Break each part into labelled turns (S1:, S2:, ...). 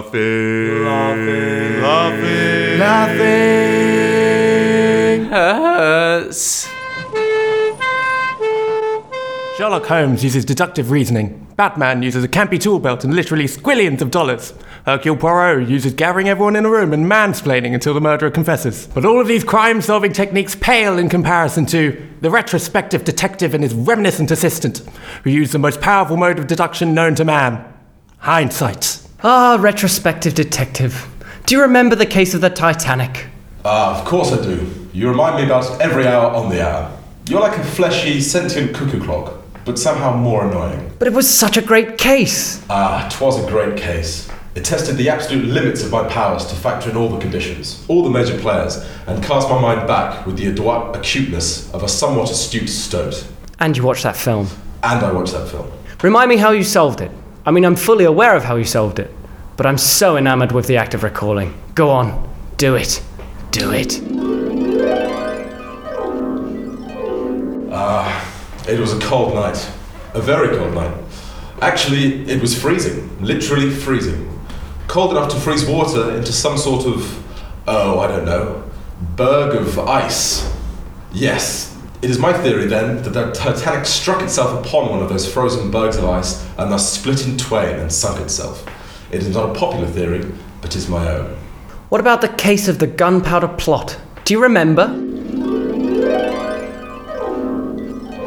S1: Laughing. Laughing. Laughing.
S2: Hurts.
S3: Sherlock Holmes uses deductive reasoning. Batman uses a campy tool belt and literally squillions of dollars. Hercule Poirot uses gathering everyone in a room and mansplaining until the murderer confesses. But all of these crime solving techniques pale in comparison to the retrospective detective and his reminiscent assistant, who use the most powerful mode of deduction known to man hindsight.
S4: Ah, retrospective detective. Do you remember the case of the Titanic?
S5: Ah, of course I do. You remind me about every hour on the hour. You're like a fleshy, sentient cuckoo clock, but somehow more annoying.
S4: But it was such a great case.
S5: Ah, 'twas a great case. It tested the absolute limits of my powers to factor in all the conditions, all the major players, and cast my mind back with the adroit acuteness of a somewhat astute stoat.
S4: And you watched that film.
S5: And I watched that film.
S4: Remind me how you solved it. I mean, I'm fully aware of how you solved it, but I'm so enamored with the act of recalling. Go on, do it. Do it.
S5: Ah, It was a cold night. A very cold night. Actually, it was freezing. Literally freezing. Cold enough to freeze water into some sort of, oh, I don't know, berg of ice. Yes, it is my theory then that the Titanic struck itself upon one of those frozen bergs of ice and thus split in twain and sunk itself. It is not a popular theory, but is my own.
S4: What about the case of the gunpowder plot? Do you remember?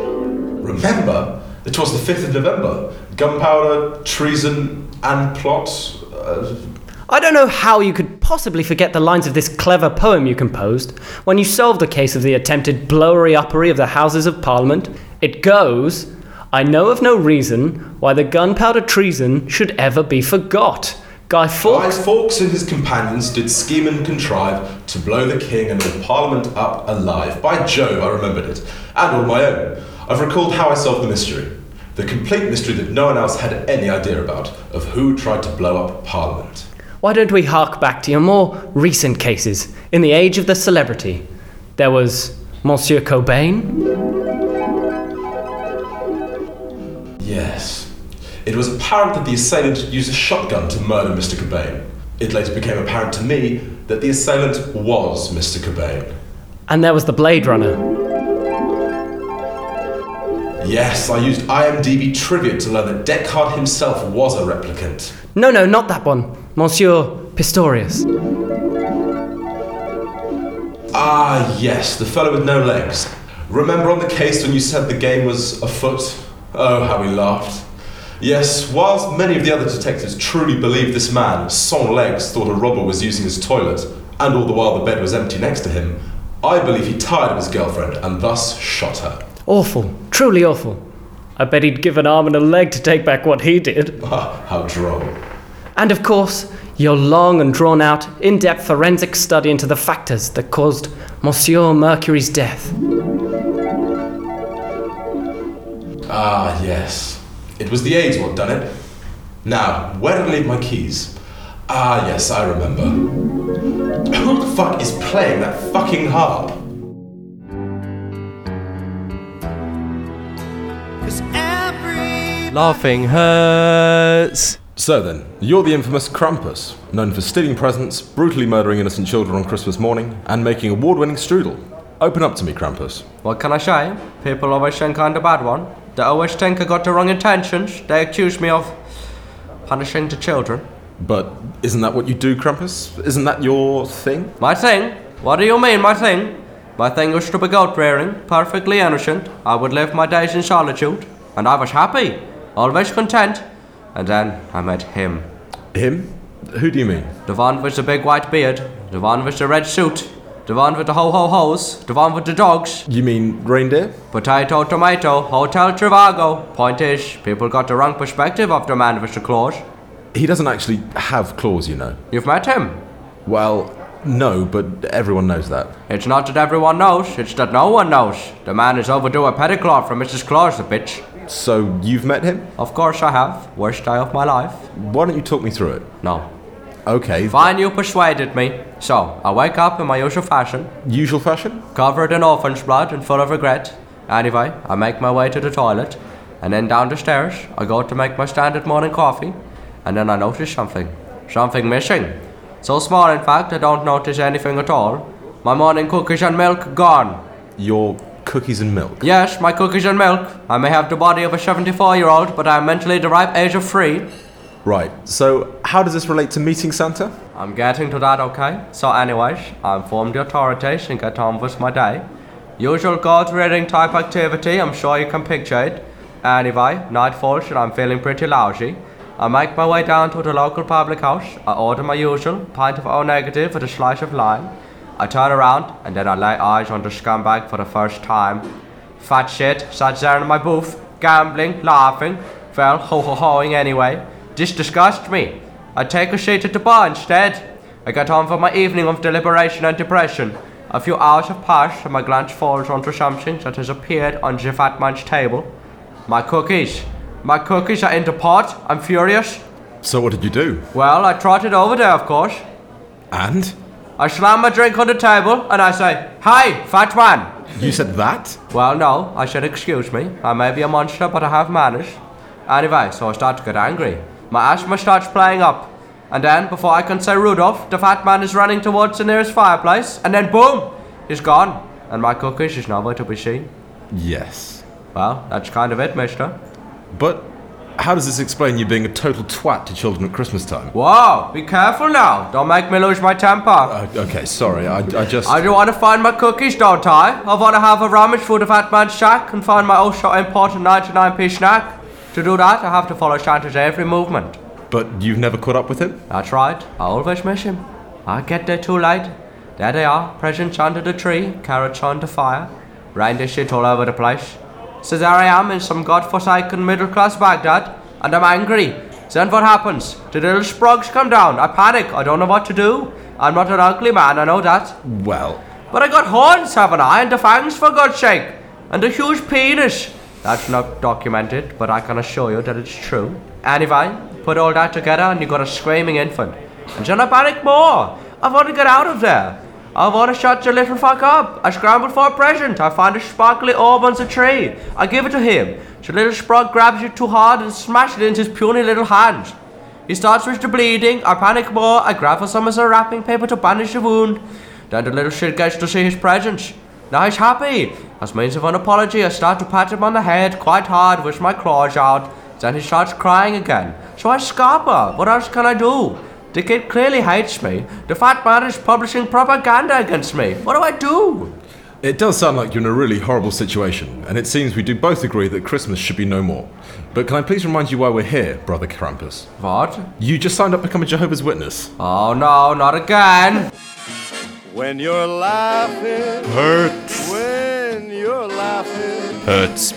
S5: Remember, it was the 5th of November. Gunpowder, treason, and plot. Uh,
S4: I don't know how you could possibly forget the lines of this clever poem you composed when you solved the case of the attempted blowery uppery of the Houses of Parliament. It goes I know of no reason why the gunpowder treason should ever be forgot. Guy
S5: Guy
S4: Fawkes.
S5: Fawkes and his companions did scheme and contrive to blow the king and the parliament up alive. By Jove, I remembered it, and all my own. I've recalled how I solved the mystery. The complete mystery that no one else had any idea about of who tried to blow up Parliament.
S4: Why don't we hark back to your more recent cases? In the age of the celebrity, there was Monsieur Cobain,
S5: Yes. It was apparent that the assailant used a shotgun to murder Mr. Cobain. It later became apparent to me that the assailant was Mr. Cobain.
S4: and there was the Blade Runner.
S5: Yes, I used IMDb trivia to learn that Deckard himself was a replicant.
S4: No, no, not that one. Monsieur Pistorius.
S5: Ah, yes, the fellow with no legs. Remember on the case when you said the game was afoot? Oh, how we laughed. Yes, whilst many of the other detectives truly believed this man, sans legs, thought a robber was using his toilet, and all the while the bed was empty next to him, I believe he tired of his girlfriend and thus shot her.
S4: Awful, truly awful. I bet he'd give an arm and a leg to take back what he did.
S5: Ah, how droll.
S4: And of course, your long and drawn out, in depth forensic study into the factors that caused Monsieur Mercury's death.
S5: Ah, yes. It was the AIDS what done it. Now, where did I leave my keys? Ah, yes, I remember. Who the fuck is playing that fucking harp?
S2: Laughing hurts.
S5: So then, you're the infamous Krampus, known for stealing presents, brutally murdering innocent children on Christmas morning, and making award winning strudel. Open up to me, Krampus.
S6: What can I say? People always think I'm the bad one. They always think I got the wrong intentions. They accuse me of punishing the children.
S5: But isn't that what you do, Krampus? Isn't that your thing?
S6: My thing? What do you mean, my thing? My thing was to be God rearing, perfectly innocent. I would live my days in solitude, and I was happy, always content. And then I met him.
S5: Him? Who do you mean?
S6: The one with the big white beard, the one with the red suit, the one with the ho ho ho's, the one with the dogs.
S5: You mean reindeer?
S6: Potato, tomato, Hotel Trivago. Point is, people got the wrong perspective of the man with the claws.
S5: He doesn't actually have claws, you know.
S6: You've met him.
S5: Well, no, but everyone knows that.
S6: It's not that everyone knows, it's that no one knows. The man is overdue a pedicloth from Mrs. Claus, the bitch.
S5: So you've met him?
S6: Of course I have. Worst day of my life.
S5: Why don't you talk me through it?
S6: No.
S5: Okay,
S6: Fine, you persuaded me. So, I wake up in my usual fashion,
S5: usual fashion?
S6: covered in orphan's blood and full of regret. Anyway, I make my way to the toilet, and then down the stairs, I go to make my standard morning coffee, and then I notice something. Something missing. So small, in fact, I don't notice anything at all. My morning cookies and milk gone.
S5: Your cookies and milk.
S6: Yes, my cookies and milk. I may have the body of a 74 year old, but I am mentally the ripe age of three.
S5: Right, so how does this relate to meeting Santa?
S6: I'm getting to that, okay? So, anyways, I informed the authorities and get on with my day. Usual card reading type activity, I'm sure you can picture it. Anyway, night falls and I'm feeling pretty lousy. I make my way down to the local public house. I order my usual pint of O negative with a slice of lime. I turn around and then I lay eyes on the scumbag for the first time. Fat shit sat there in my booth, gambling, laughing, well, ho ho hoing anyway. This disgusts me. I take a seat at the bar instead. I get on for my evening of deliberation and depression. A few hours have passed and my glance falls onto something that has appeared on the fat man's table. My cookies. My cookies are in the pot. I'm furious.
S5: So, what did you do?
S6: Well, I trotted over there, of course.
S5: And?
S6: I slam my drink on the table and I say, Hi, fat man.
S5: You said that?
S6: Well, no, I said, excuse me. I may be a monster, but I have manners. Anyway, so I start to get angry. My asthma starts playing up. And then, before I can say Rudolph, the fat man is running towards the nearest fireplace, and then boom! He's gone. And my cookies is nowhere to be seen.
S5: Yes.
S6: Well, that's kind of it, mister.
S5: But how does this explain you being a total twat to children at Christmas time?
S6: Whoa, be careful now. Don't make me lose my temper.
S5: Uh, okay, sorry, I, I just.
S6: I do want to find my cookies, don't I? I want to have a rummage through the fat man's shack and find my also important 99p snack. To do that, I have to follow Santa's every movement.
S5: But you've never caught up with him?
S6: That's right, I always miss him. I get there too late. There they are, presents under the tree, carrots on the fire, reindeer shit all over the place. So there I am in some godforsaken middle class Baghdad, and I'm angry. Then what happens? The little sprogs come down. I panic. I don't know what to do. I'm not an ugly man, I know that.
S5: Well,
S6: But I got horns, haven't I? And the fangs, for God's sake! And a huge penis! That's not documented, but I can assure you that it's true. Anyway, put all that together and you got a screaming infant. And then I panic more! I want to get out of there! I want to shut your little fuck up! I scramble for a present! I find a sparkly orb on the tree! I give it to him! The little sprog grabs it too hard and smashes it into his puny little hands! He starts with the bleeding, I panic more, I grab for some as a wrapping paper to bandage the wound. Then the little shit gets to see his presents. Now he's happy. As means of an apology, I start to pat him on the head quite hard with my claws out. Then he starts crying again. So I scarper, what else can I do? The kid clearly hates me. The fat man is publishing propaganda against me. What do I do?
S5: It does sound like you're in a really horrible situation, and it seems we do both agree that Christmas should be no more. But can I please remind you why we're here, Brother Krampus?
S6: What?
S5: You just signed up to become a Jehovah's Witness.
S6: Oh no, not again.
S1: When you're laughing,
S7: Hurts.
S1: when you're laughing,
S7: Hurts.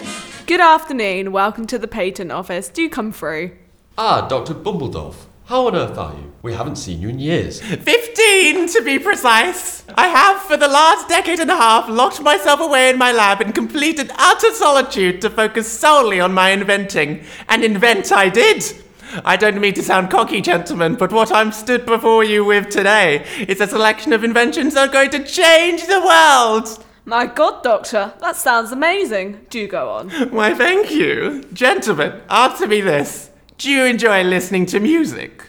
S8: Good afternoon. Welcome to the patent office. Do come through.
S9: Ah, Dr. Bumbledolph, how on earth are you? We haven't seen you in years.
S3: 15 to be precise. I have, for the last decade and a half, locked myself away in my lab in complete and utter solitude to focus solely on my inventing. And invent I did. I don't mean to sound cocky, gentlemen, but what I'm stood before you with today is a selection of inventions that are going to change the world.
S8: My God, Doctor, that sounds amazing. Do go on.
S3: Why, thank you. Gentlemen, answer me this. Do you enjoy listening to music?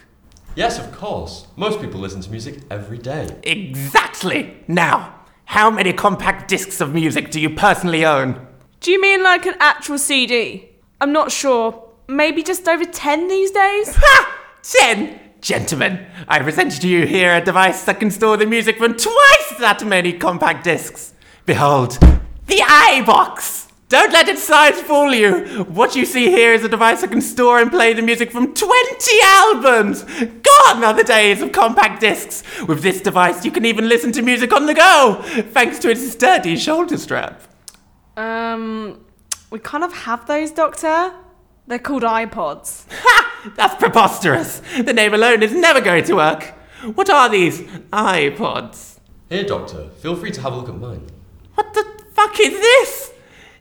S9: Yes, of course. Most people listen to music every day.
S3: Exactly. Now, how many compact discs of music do you personally own?
S8: Do you mean like an actual CD? I'm not sure. Maybe just over 10 these days?
S3: Ha! Ten! Gentlemen, I present to you here a device that can store the music from twice that many compact discs. Behold, the iBox! Don't let its size fool you! What you see here is a device that can store and play the music from 20 albums! Gone are the days of compact discs! With this device, you can even listen to music on the go, thanks to its sturdy shoulder strap.
S8: Um, we kind of have those, Doctor. They're called iPods.
S3: Ha! That's preposterous! The name alone is never going to work! What are these iPods?
S9: Here, Doctor, feel free to have a look at mine.
S3: What the fuck is this?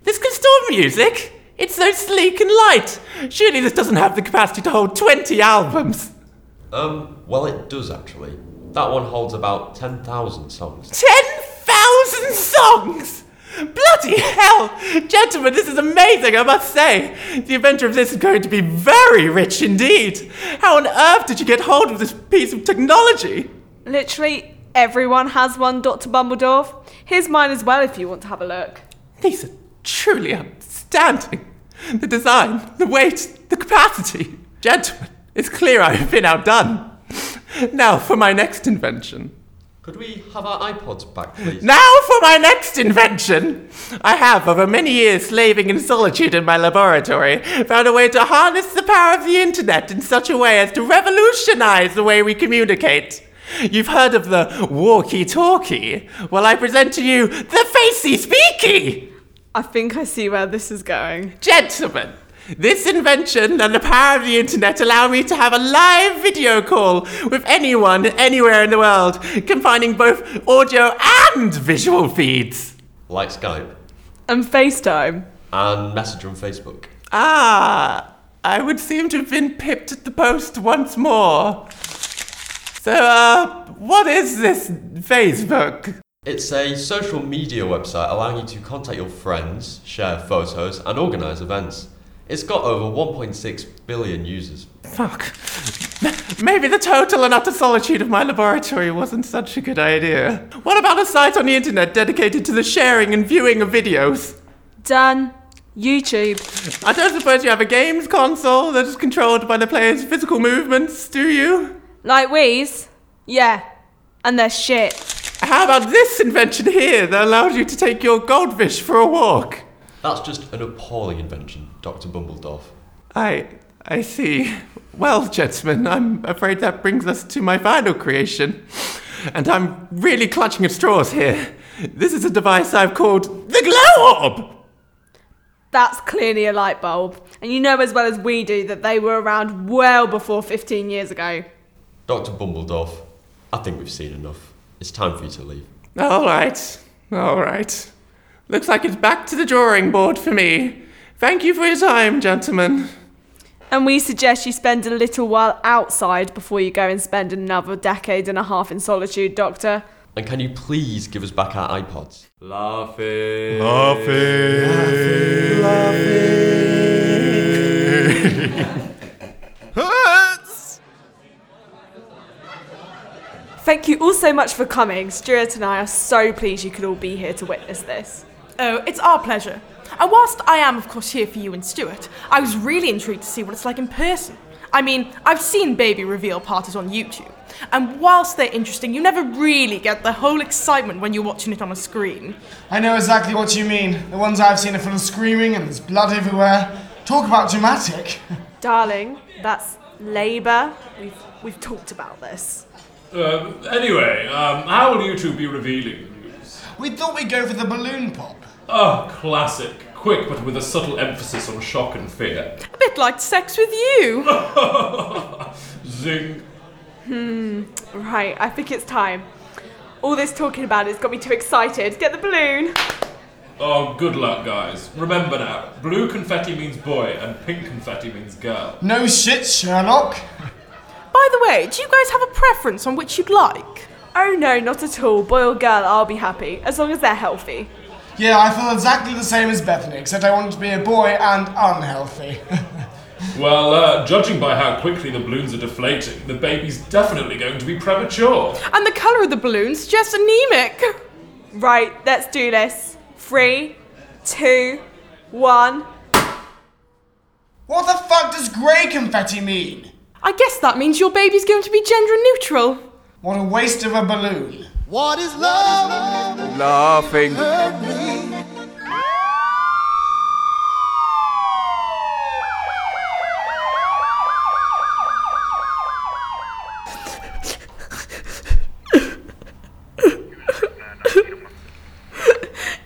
S3: This can store music? It's so sleek and light! Surely this doesn't have the capacity to hold 20 albums!
S9: Um, well, it does actually. That one holds about 10,000 songs.
S3: 10,000 songs! Bloody Bloody hell! Gentlemen, this is amazing, I must say! The inventor of this is going to be very rich indeed! How on earth did you get hold of this piece of technology?
S10: Literally everyone has one, Dr. Bumbledore. Here's mine as well if you want to have a look.
S3: These are truly outstanding. The design, the weight, the capacity. Gentlemen, it's clear I have been outdone. Now for my next invention.
S9: Could we have our iPods back, please?
S3: Now for my next invention! I have, over many years slaving in solitude in my laboratory, found a way to harness the power of the internet in such a way as to revolutionize the way we communicate. You've heard of the walkie talkie. Well, I present to you the facey speaky!
S10: I think I see where this is going.
S3: Gentlemen, this invention and the power of the internet allow me to have a live video call with anyone anywhere in the world, combining both audio and visual feeds.
S9: Like Skype
S10: And FaceTime.
S9: and Messenger and Facebook.
S3: Ah, I would seem to have been pipped at the post once more. So, uh, what is this Facebook?
S9: It's a social media website allowing you to contact your friends, share photos, and organise events. It's got over 1.6 billion users.
S3: Fuck. Maybe the total and utter solitude of my laboratory wasn't such a good idea. What about a site on the internet dedicated to the sharing and viewing of videos?
S10: Done. YouTube.
S3: I don't suppose you have a games console that is controlled by the player's physical movements, do you?
S10: Like Wheeze? Yeah. And they're shit.
S3: How about this invention here that allows you to take your goldfish for a walk?
S9: That's just an appalling invention, Dr. Bumbledorf.
S3: I I see. Well, gentlemen, I'm afraid that brings us to my final creation. And I'm really clutching at straws here. This is a device I've called the Glow Orb!
S10: That's clearly a light bulb. And you know as well as we do that they were around well before 15 years ago.
S9: Dr. Bumbledorf, I think we've seen enough. It's time for you to leave.
S3: Alright, alright. Looks like it's back to the drawing board for me. Thank you for your time, gentlemen.
S10: And we suggest you spend a little while outside before you go and spend another decade and a half in solitude, Doctor.
S9: And can you please give us back our iPods?
S4: Laughing.
S10: Thank you all so much for coming. Stuart and I are so pleased you could all be here to witness this.
S11: Oh, it's our pleasure. And whilst I am, of course, here for you and Stuart, I was really intrigued to see what it's like in person. I mean, I've seen baby reveal parties on YouTube, and whilst they're interesting, you never really get the whole excitement when you're watching it on a screen.
S2: I know exactly what you mean. The ones I've seen are full of screaming and there's blood everywhere. Talk about dramatic.
S10: Darling, that's labour. We've, we've talked about this.
S12: Um, anyway, um, how will you two be revealing the news?
S2: We thought we'd go for the balloon pop.
S12: Oh, classic. Quick, but with a subtle emphasis on shock and fear.
S11: A bit like sex with you.
S12: Zing.
S10: Hmm, Right, I think it's time. All this talking about it's got me too excited. Get the balloon.
S12: Oh, good luck, guys. Remember now, blue confetti means boy and pink confetti means girl.
S2: No shit, Sherlock.
S11: By the way, do you guys have a preference on which you'd like?
S10: Oh no, not at all. Boy or girl, I'll be happy. As long as they're healthy.
S2: Yeah, I feel exactly the same as Bethany, except I wanted to be a boy and unhealthy.
S12: Well, uh, judging by how quickly the balloons are deflating, the baby's definitely going to be premature.
S11: And the colour of the balloon suggests anemic.
S10: Right, let's do this. Three, two, one.
S2: what the fuck does grey confetti mean?
S11: I guess that means your baby's going to be gender neutral.
S2: What a waste of a balloon.
S4: Laughing.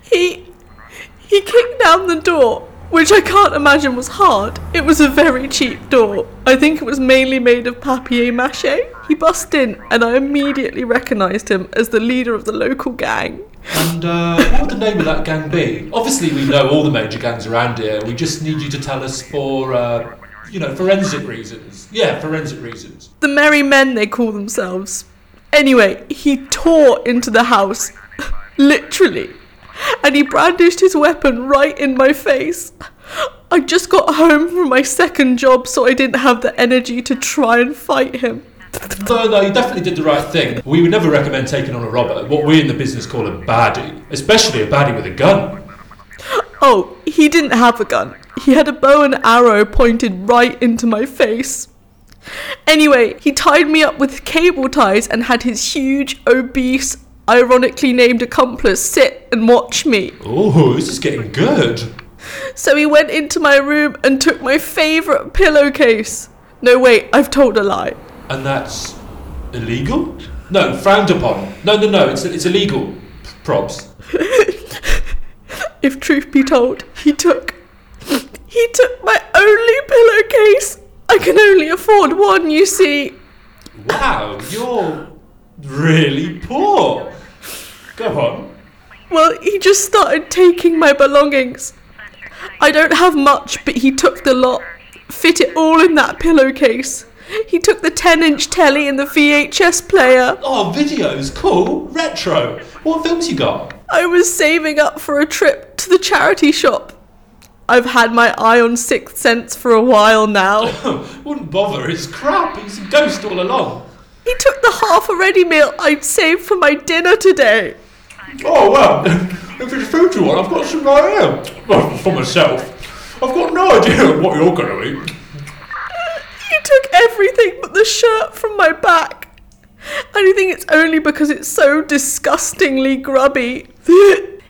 S11: He he kicked down the door, which I can't imagine was hard. It was a very cheap door. I think it was mainly made of papier mâché. He bust in, and I immediately recognised him as the leader of the local gang.
S12: And uh, what would the name of that gang be? Obviously, we know all the major gangs around here. We just need you to tell us for, uh, you know, forensic reasons. Yeah, forensic reasons.
S11: The Merry Men, they call themselves. Anyway, he tore into the house, literally, and he brandished his weapon right in my face. I just got home from my second job, so I didn't have the energy to try and fight him.
S13: uh, No, no, you definitely did the right thing. We would never recommend taking on a robber, what we in the business call a baddie, especially a baddie with a gun.
S11: Oh, he didn't have a gun. He had a bow and arrow pointed right into my face. Anyway, he tied me up with cable ties and had his huge, obese, ironically named accomplice sit and watch me.
S13: Oh, this is getting good.
S11: So he went into my room and took my favourite pillowcase. No, wait, I've told a lie.
S13: And that's illegal? No, frowned upon. No, no, no, it's, it's illegal. Props.
S11: If truth be told, he took. He took my only pillowcase. I can only afford one, you see.
S13: Wow, you're really poor. Go on.
S11: Well, he just started taking my belongings. I don't have much, but he took the lot, fit it all in that pillowcase. He took the 10 inch telly and the VHS player.
S13: Oh, videos, cool, retro. What films you got?
S11: I was saving up for a trip to the charity shop. I've had my eye on Sixth Sense for a while now.
S13: Wouldn't bother, it's crap. He's a ghost all along.
S11: he took the half a ready meal I'd saved for my dinner today.
S13: Oh, well, if it's food you want, I've got some right here. Well, for myself. I've got no idea what you're going to eat.
S11: He took everything but the shirt from my back. And I think it's only because it's so disgustingly grubby.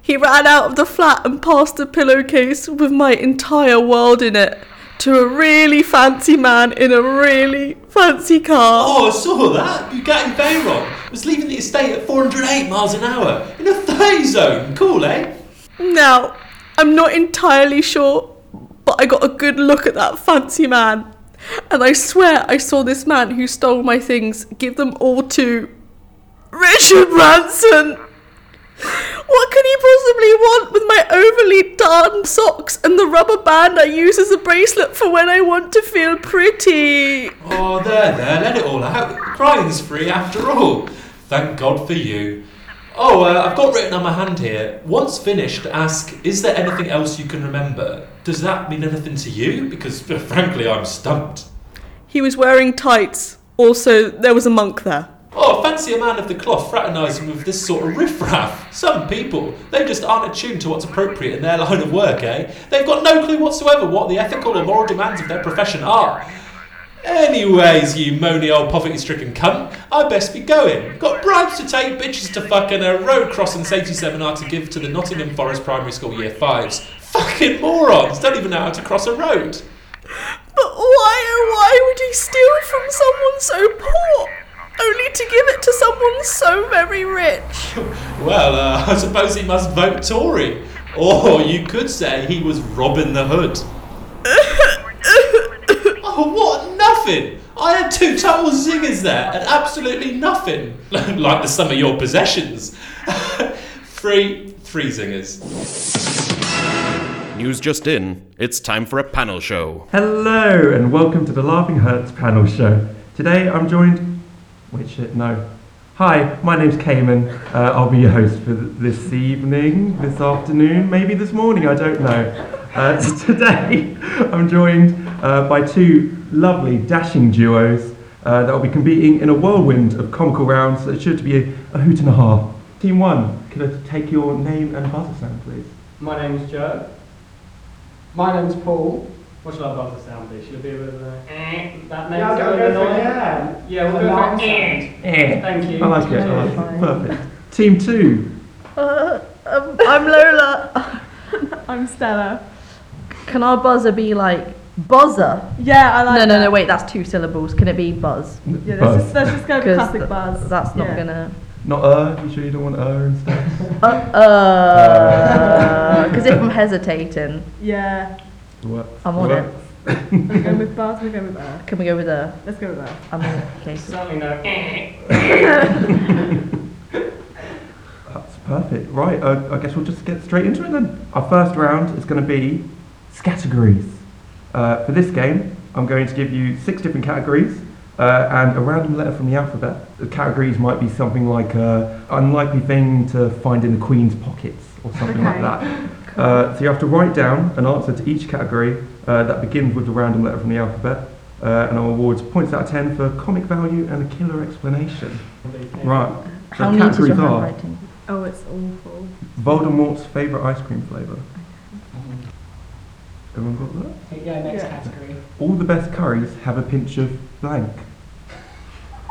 S11: he ran out of the flat and passed a pillowcase with my entire world in it to a really fancy man in a really fancy car.
S13: Oh, I saw that. Bugatti Veyron was leaving the estate at 408 miles an hour in a 30 zone. Cool, eh?
S11: Now, I'm not entirely sure, but I got a good look at that fancy man. And I swear I saw this man who stole my things give them all to Richard Branson. What could he possibly want with my overly darned socks and the rubber band I use as a bracelet for when I want to feel pretty?
S13: Oh, there, there, let it all out. Crying's free after all. Thank God for you. Oh, uh, I've got written on my hand here. Once finished, ask, is there anything else you can remember? Does that mean anything to you? Because frankly, I'm stumped.
S11: He was wearing tights. Also, there was a monk there.
S13: Oh, fancy a man of the cloth fraternising with this sort of riffraff. Some people, they just aren't attuned to what's appropriate in their line of work, eh? They've got no clue whatsoever what the ethical or moral demands of their profession are. Anyways, you moany old poverty stricken cunt, I best be going. Got bribes to take, bitches to fuck, and a road crossing safety seminar to give to the Nottingham Forest Primary School Year 5s. Fucking morons, don't even know how to cross a road.
S11: But why, oh, why would he steal from someone so poor? Only to give it to someone so very rich.
S13: Well, uh, I suppose he must vote Tory. Or you could say he was Robin the Hood. oh, what? Nothing! I had two total zingers there and absolutely nothing. like the sum of your possessions. three, three zingers.
S14: News just in. It's time for a panel show.
S15: Hello and welcome to the Laughing Hurts panel show. Today I'm joined. Wait, shit, no. Hi, my name's Cayman. Uh, I'll be your host for th- this evening, this afternoon, maybe this morning, I don't know. Uh, today I'm joined uh, by two lovely, dashing duos uh, that will be competing in a whirlwind of comical rounds that should be a, a hoot and a half. Team one, could I take your name and buzzer sound, please?
S2: My name's Joe. My name's Paul. What should I buzz the sound be? Should it be with a eh? That name
S10: Yeah, I'll
S2: sound
S10: go for
S2: annoying?
S10: yeah.
S2: Yeah, we'll
S10: A
S2: go
S10: loud
S2: for eh.
S10: sound.
S15: Eh.
S2: Thank you.
S15: I like it, I like it. Perfect. Team two,
S11: Uh, um, I'm Lola.
S16: I'm Stella. Can our buzzer be like buzzer? Yeah, I like No, no, no, wait, that's two syllables. Can it be buzz?
S15: Yeah, let's Buzz. just- let's
S16: just go
S15: with classic
S16: buzz. That's not
S15: Yeah.
S16: gonna.
S15: not er, you sure you don't want er and stuff?
S16: Uh, uh. Because if I'm hesitating,
S10: Yeah.
S15: What?
S16: I'm on
S15: What?
S16: it.
S10: We're going with bars, we're going with air.
S16: Can we go with a?
S10: Let's go with air.
S16: I'm on it. Okay. Oh
S10: Certainly no.
S15: That's perfect. Right, uh, I guess we'll just get straight into it then. Our first round is going to be categories. Uh, for this game, I'm going to give you six different categories uh, and a random letter from the alphabet. The categories might be something like uh, unlikely thing to find in the Queen's pockets or something like that. Uh, so you have to write down an answer to each category uh, that begins with the random letter from the alphabet, uh, and I'll award points out of 10 for comic value and a killer explanation. Right. So
S10: How
S15: the
S10: neat is your
S15: categories are
S10: handwriting? Oh, it's awful.
S15: Voldemort's favourite ice cream flavour. Everyone got that?
S2: Yeah, next category.
S15: All the best curries have a pinch of blank.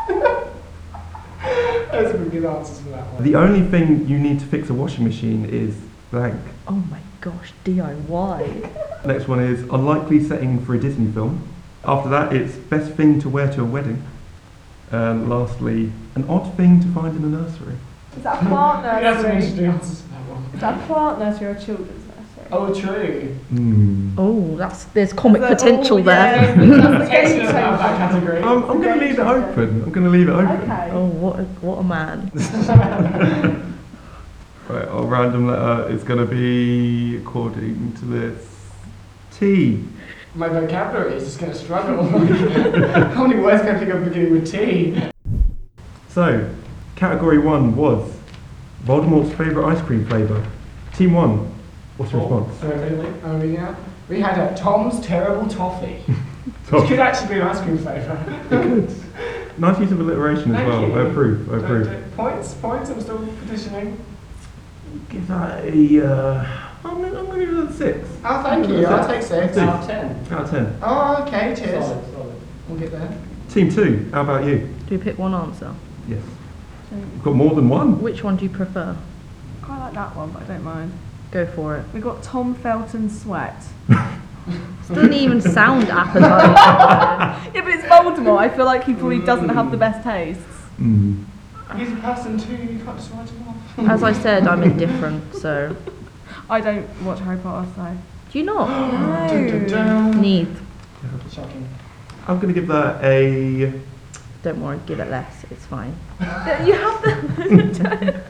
S2: Those would be good answers for that one.
S15: The only thing you need to fix a washing machine is blank.
S16: Oh my gosh, DIY.
S15: Next one is unlikely setting for a Disney film. After that, it's best thing to wear to a wedding. And lastly, an odd thing to find in a nursery.
S10: Is that plant nursery?
S2: That's an interesting answer to that one.
S10: Is that plant nursery or children's nursery?
S2: Oh, true.
S16: Oh, that's there's comic
S10: Is that-
S16: potential
S10: oh, yeah,
S16: there.
S10: that's the game
S2: Excellent about that category.
S15: Um, I'm going to leave it open. I'm going to leave it open.
S16: Oh, what a, what a man.
S15: Right, our random letter is going to be according to this T.
S2: My vocabulary is just going to struggle. How many words can I pick up beginning with T?
S15: So, category one was Voldemort's favourite ice cream flavour. Team one, what's your response?
S2: So, really, are we out? We had a Tom's Terrible Toffee.
S15: Toffee.
S2: Which could actually be an ice cream flavour.
S15: Nice use of alliteration as
S2: Thank
S15: well.
S2: you.
S15: I approve. I
S2: Don't-
S15: approve.
S2: don't- Points, points, I'm still petitioning.
S15: Give that a. Uh, I'm, I'm going to give that a six.
S2: Oh, thank you, I'll take six.
S15: Six.
S2: Out of ten.
S15: Out of ten.
S2: Oh, okay, cheers.
S16: Solid,
S2: We'll get there.
S15: Team two. How about you?
S16: Do you pick one answer?
S15: Yes. We've got more than one.
S16: Which one do you prefer?
S10: I quite like that one, but I don't mind.
S16: Go for it.
S10: We got Tom Felton sweat.
S16: Doesn't even sound appetizing.
S10: Yeah, but it's Voldemort. I feel like he probably doesn't have the best tastes.
S2: He's a person too, you can't just write him off.
S16: As I said, I'm indifferent, so.
S10: I don't watch Harry Potter, so.
S16: Do you not?
S2: Dun, dun, dun.
S16: Need.
S2: Shocking.
S15: I'm going to give that a.
S16: Don't worry, give it less. It's fine.
S10: you have the.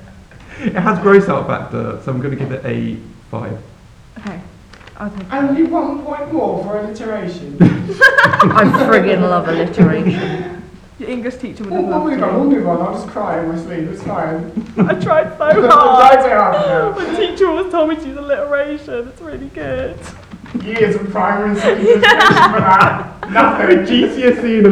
S15: It has gross out factor, so I'm going to give it a five.
S10: okay, I'll take it.
S2: Only one point more for alliteration.
S16: I friggin' love alliteration.
S10: Your English teacher would
S2: we'll,
S10: have
S2: we'll
S10: loved
S2: move
S10: you.
S2: on, we'll move on, I'll just cry in my sleep, it's fine.
S10: I tried so
S2: I
S10: hard.
S2: don't know.
S10: My teacher always told me to use alliteration. It's really good.
S2: Years of primary and secondary education for that. Nothing. E
S15: GCSE and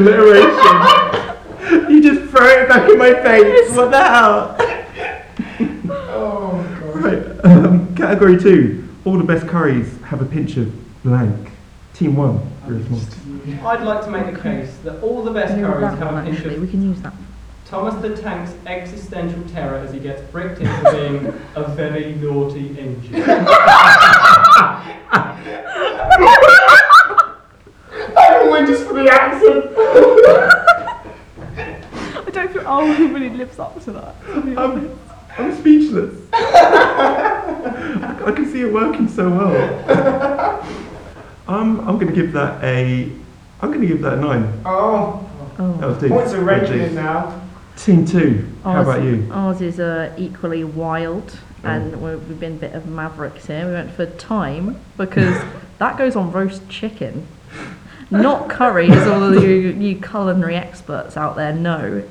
S15: alliteration. you just throw it back in my face. What the hell?
S2: Oh, God.
S15: Right. Um, category two. All the best curries have a pinch of blank. Team one. Your response.
S4: I'd like to make the case that all the best
S16: Maybe
S4: curries
S16: that
S4: have a
S16: one,
S4: pinch
S16: actually.
S4: of
S16: We can use that.
S4: Thomas the Tank's existential terror as he gets bricked into being a very naughty engine.
S2: I went just for the accent.
S10: I don't feel oh, he really lives up to that. to be honest.
S15: I'm speechless. I can see it working so well.
S2: Oh.
S15: Um, I'm going to give that a. I'm going to give that a nine.
S2: Oh,
S15: That was deep.
S2: points are
S15: That was
S2: raging
S15: deep.
S2: in now.
S15: Team two.
S10: Oh,
S15: How about you? Oh.
S16: Ours is uh, equally wild, and we we've been a bit of mavericks here. We went for time because that goes on roast chicken, not curry, as all of you, you culinary experts out there know.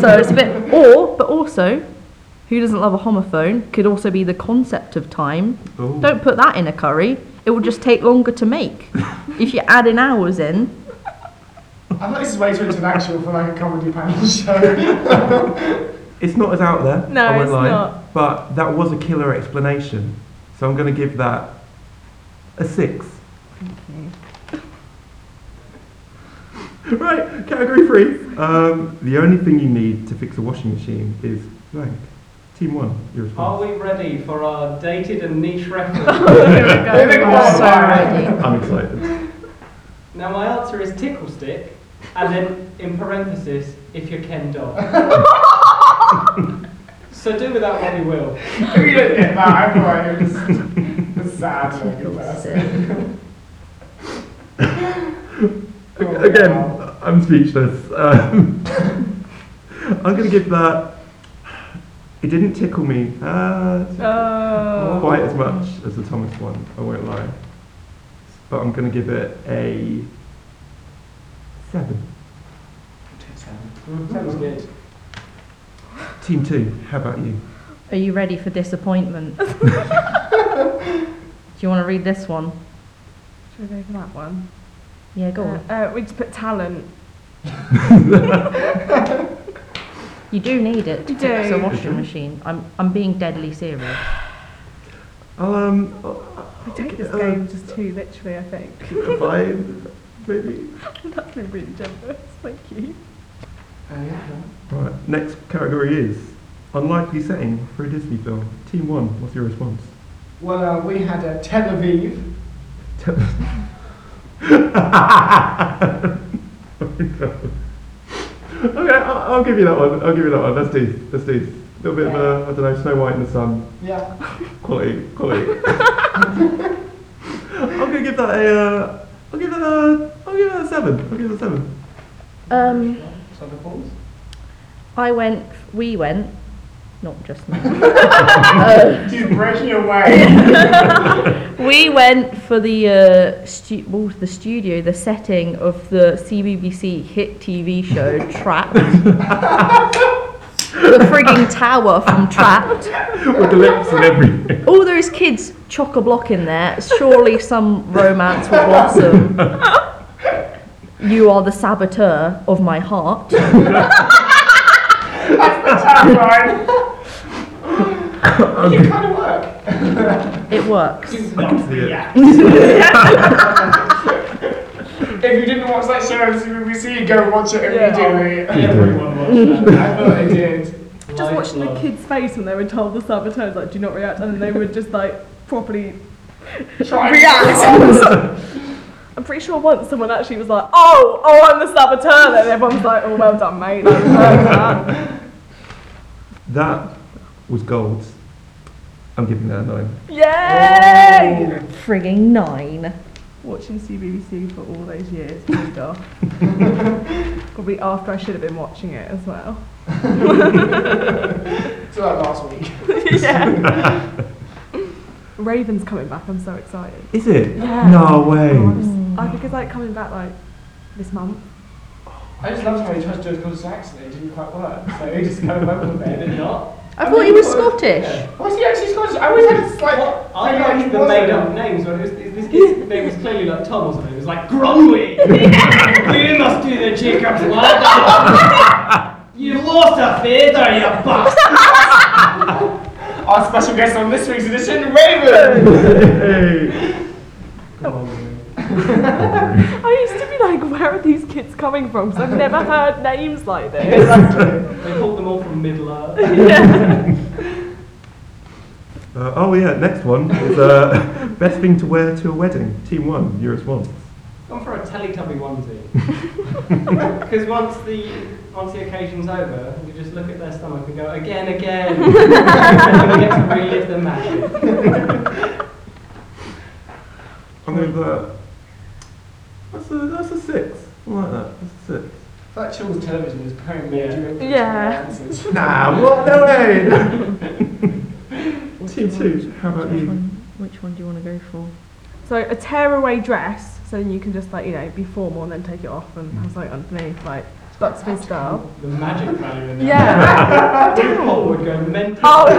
S16: So it's a bit, or, but also, who doesn't love a homophone could also be the concept of time.
S15: Ooh.
S16: Don't put that in a curry, it will just take longer to make. if you add in hours in,
S2: I thought this is way too intellectual for like a comedy panel show.
S15: It's not as out there.
S10: No,
S15: I won't
S10: it's
S15: lie,
S10: not.
S15: But that was a killer explanation. So I'm going to give that a six. right, category three. Um, the only thing you need to fix a washing machine is blank. Team one, your response.
S4: Are we ready for our dated and niche reference?
S16: I'm so ready.
S15: I'm excited.
S4: Now my answer is tickle stick, and then in parenthesis, if you're Ken Doll. so do with that what you will.
S2: we didn't get that, I thought it was sad. like, it was.
S15: Again, I'm speechless. Um, I'm going to give that. It didn't tickle me. Uh,
S10: Oh.
S15: Not quite as much as the Thomas one, I won't lie. But I'm going to give it a seven.
S2: That was good.
S15: Team two, how about you?
S16: Are you ready for disappointment? Do you want to read this one?
S10: Should we go for that one?
S16: Yeah, go
S10: Uh, uh, we just put talent.
S16: on. you do need it to
S10: You
S16: fix a
S10: do.
S15: Mm-hmm.
S16: washing machine. I'm, I'm being deadly serious.
S15: I'll, um,
S10: We take this
S15: uh,
S2: um,
S10: game just too literally, I think.
S15: fine, maybe.
S10: That's been really generous. Thank you.
S15: Right, next category is unlikely setting for a Disney film. Team one, what's your response?
S2: Well, uh, we had a Tel Aviv.
S15: Okay, I'll, I'll give you that one. I'll give you that one. That's decent. That's decent. A little bit of uh, I don't know, Snow White in the sun.
S2: Yeah.
S15: Quality, quality. I'm gonna give that a. Uh, I'll give that a. I'll give that a seven. I'll give it a seven.
S16: Um,
S2: Santa Claus.
S16: I went, we went, not just me. Uh,
S2: She's breaking away.
S16: we went for the uh, stu- what was the studio, the setting of the CBBC hit TV show Trapped. the frigging tower from Trapped.
S15: With the lips and everything.
S16: All those kids chock a block in there. Surely some romance will blossom. You are the saboteur of my heart.
S2: It kind of worked.
S16: It works.
S2: If you didn't watch that show on CBBC, go watch it immediately. Everyone watched that. I thought I did.
S10: Just watching the kids' face when they were told the saboteurs like do not react, and then they would just like properly
S2: Try and
S10: react. I'm pretty sure once someone actually was like, "Oh, oh, I'm the saboteur," and everyone was like, "Oh, well done, mate." Like, well done.
S15: That was gold. I'm giving that a nine.
S10: Yay!
S16: Frigging nine.
S10: Watching CBBC for all those years paid off. Probably after I should have been watching it as well.
S2: So that last week.
S10: yeah. Raven's coming back. I'm so excited.
S15: Is it?
S10: Yeah.
S15: No way.
S10: Oh, I'm s-
S16: Mm.
S10: I think it's like coming back like this month.
S2: I just loved how he tried to do his Scottish accent and it didn't quite work. So he just kind of went with it, did he not?
S16: I
S2: mean,
S16: thought he was
S2: what-
S16: Scottish.
S2: Was he actually Scottish? I always had like.
S4: I
S2: like
S4: like
S2: he
S4: the
S2: wasn't.
S4: made up names. When it was, this kid's name was clearly like Tom or something. It was like Grumley. we must do the Jacob's ladder. you lost a feather, you bastard.
S2: Our special guest on this week's edition, Raven!
S10: I used to be like, where are these kids coming from? Because I've never heard names like this.
S4: they pulled them all from Middle Earth.
S15: Uh, oh yeah, next one is uh, best thing to wear to a wedding. Team one, your response.
S4: Gone for a Teletubby onesie. Because once the once the occasion's over, you just look at their stomach and go again, again. and you get to relive the magic.
S15: I'm going with uh, that. That's a that's a six. I like that. That's a six.
S2: That children's television is paying me to
S10: Yeah.
S15: Nah, what? No way. Team two, how about
S16: Which
S15: you?
S16: one, which one do you want to go for?
S10: So a tearaway dress, so then you can just like, you know, be formal and then take it off and have something underneath, like Buxby style.
S4: The magic value in that.
S10: Yeah.
S4: People would go mental.
S10: Oh, you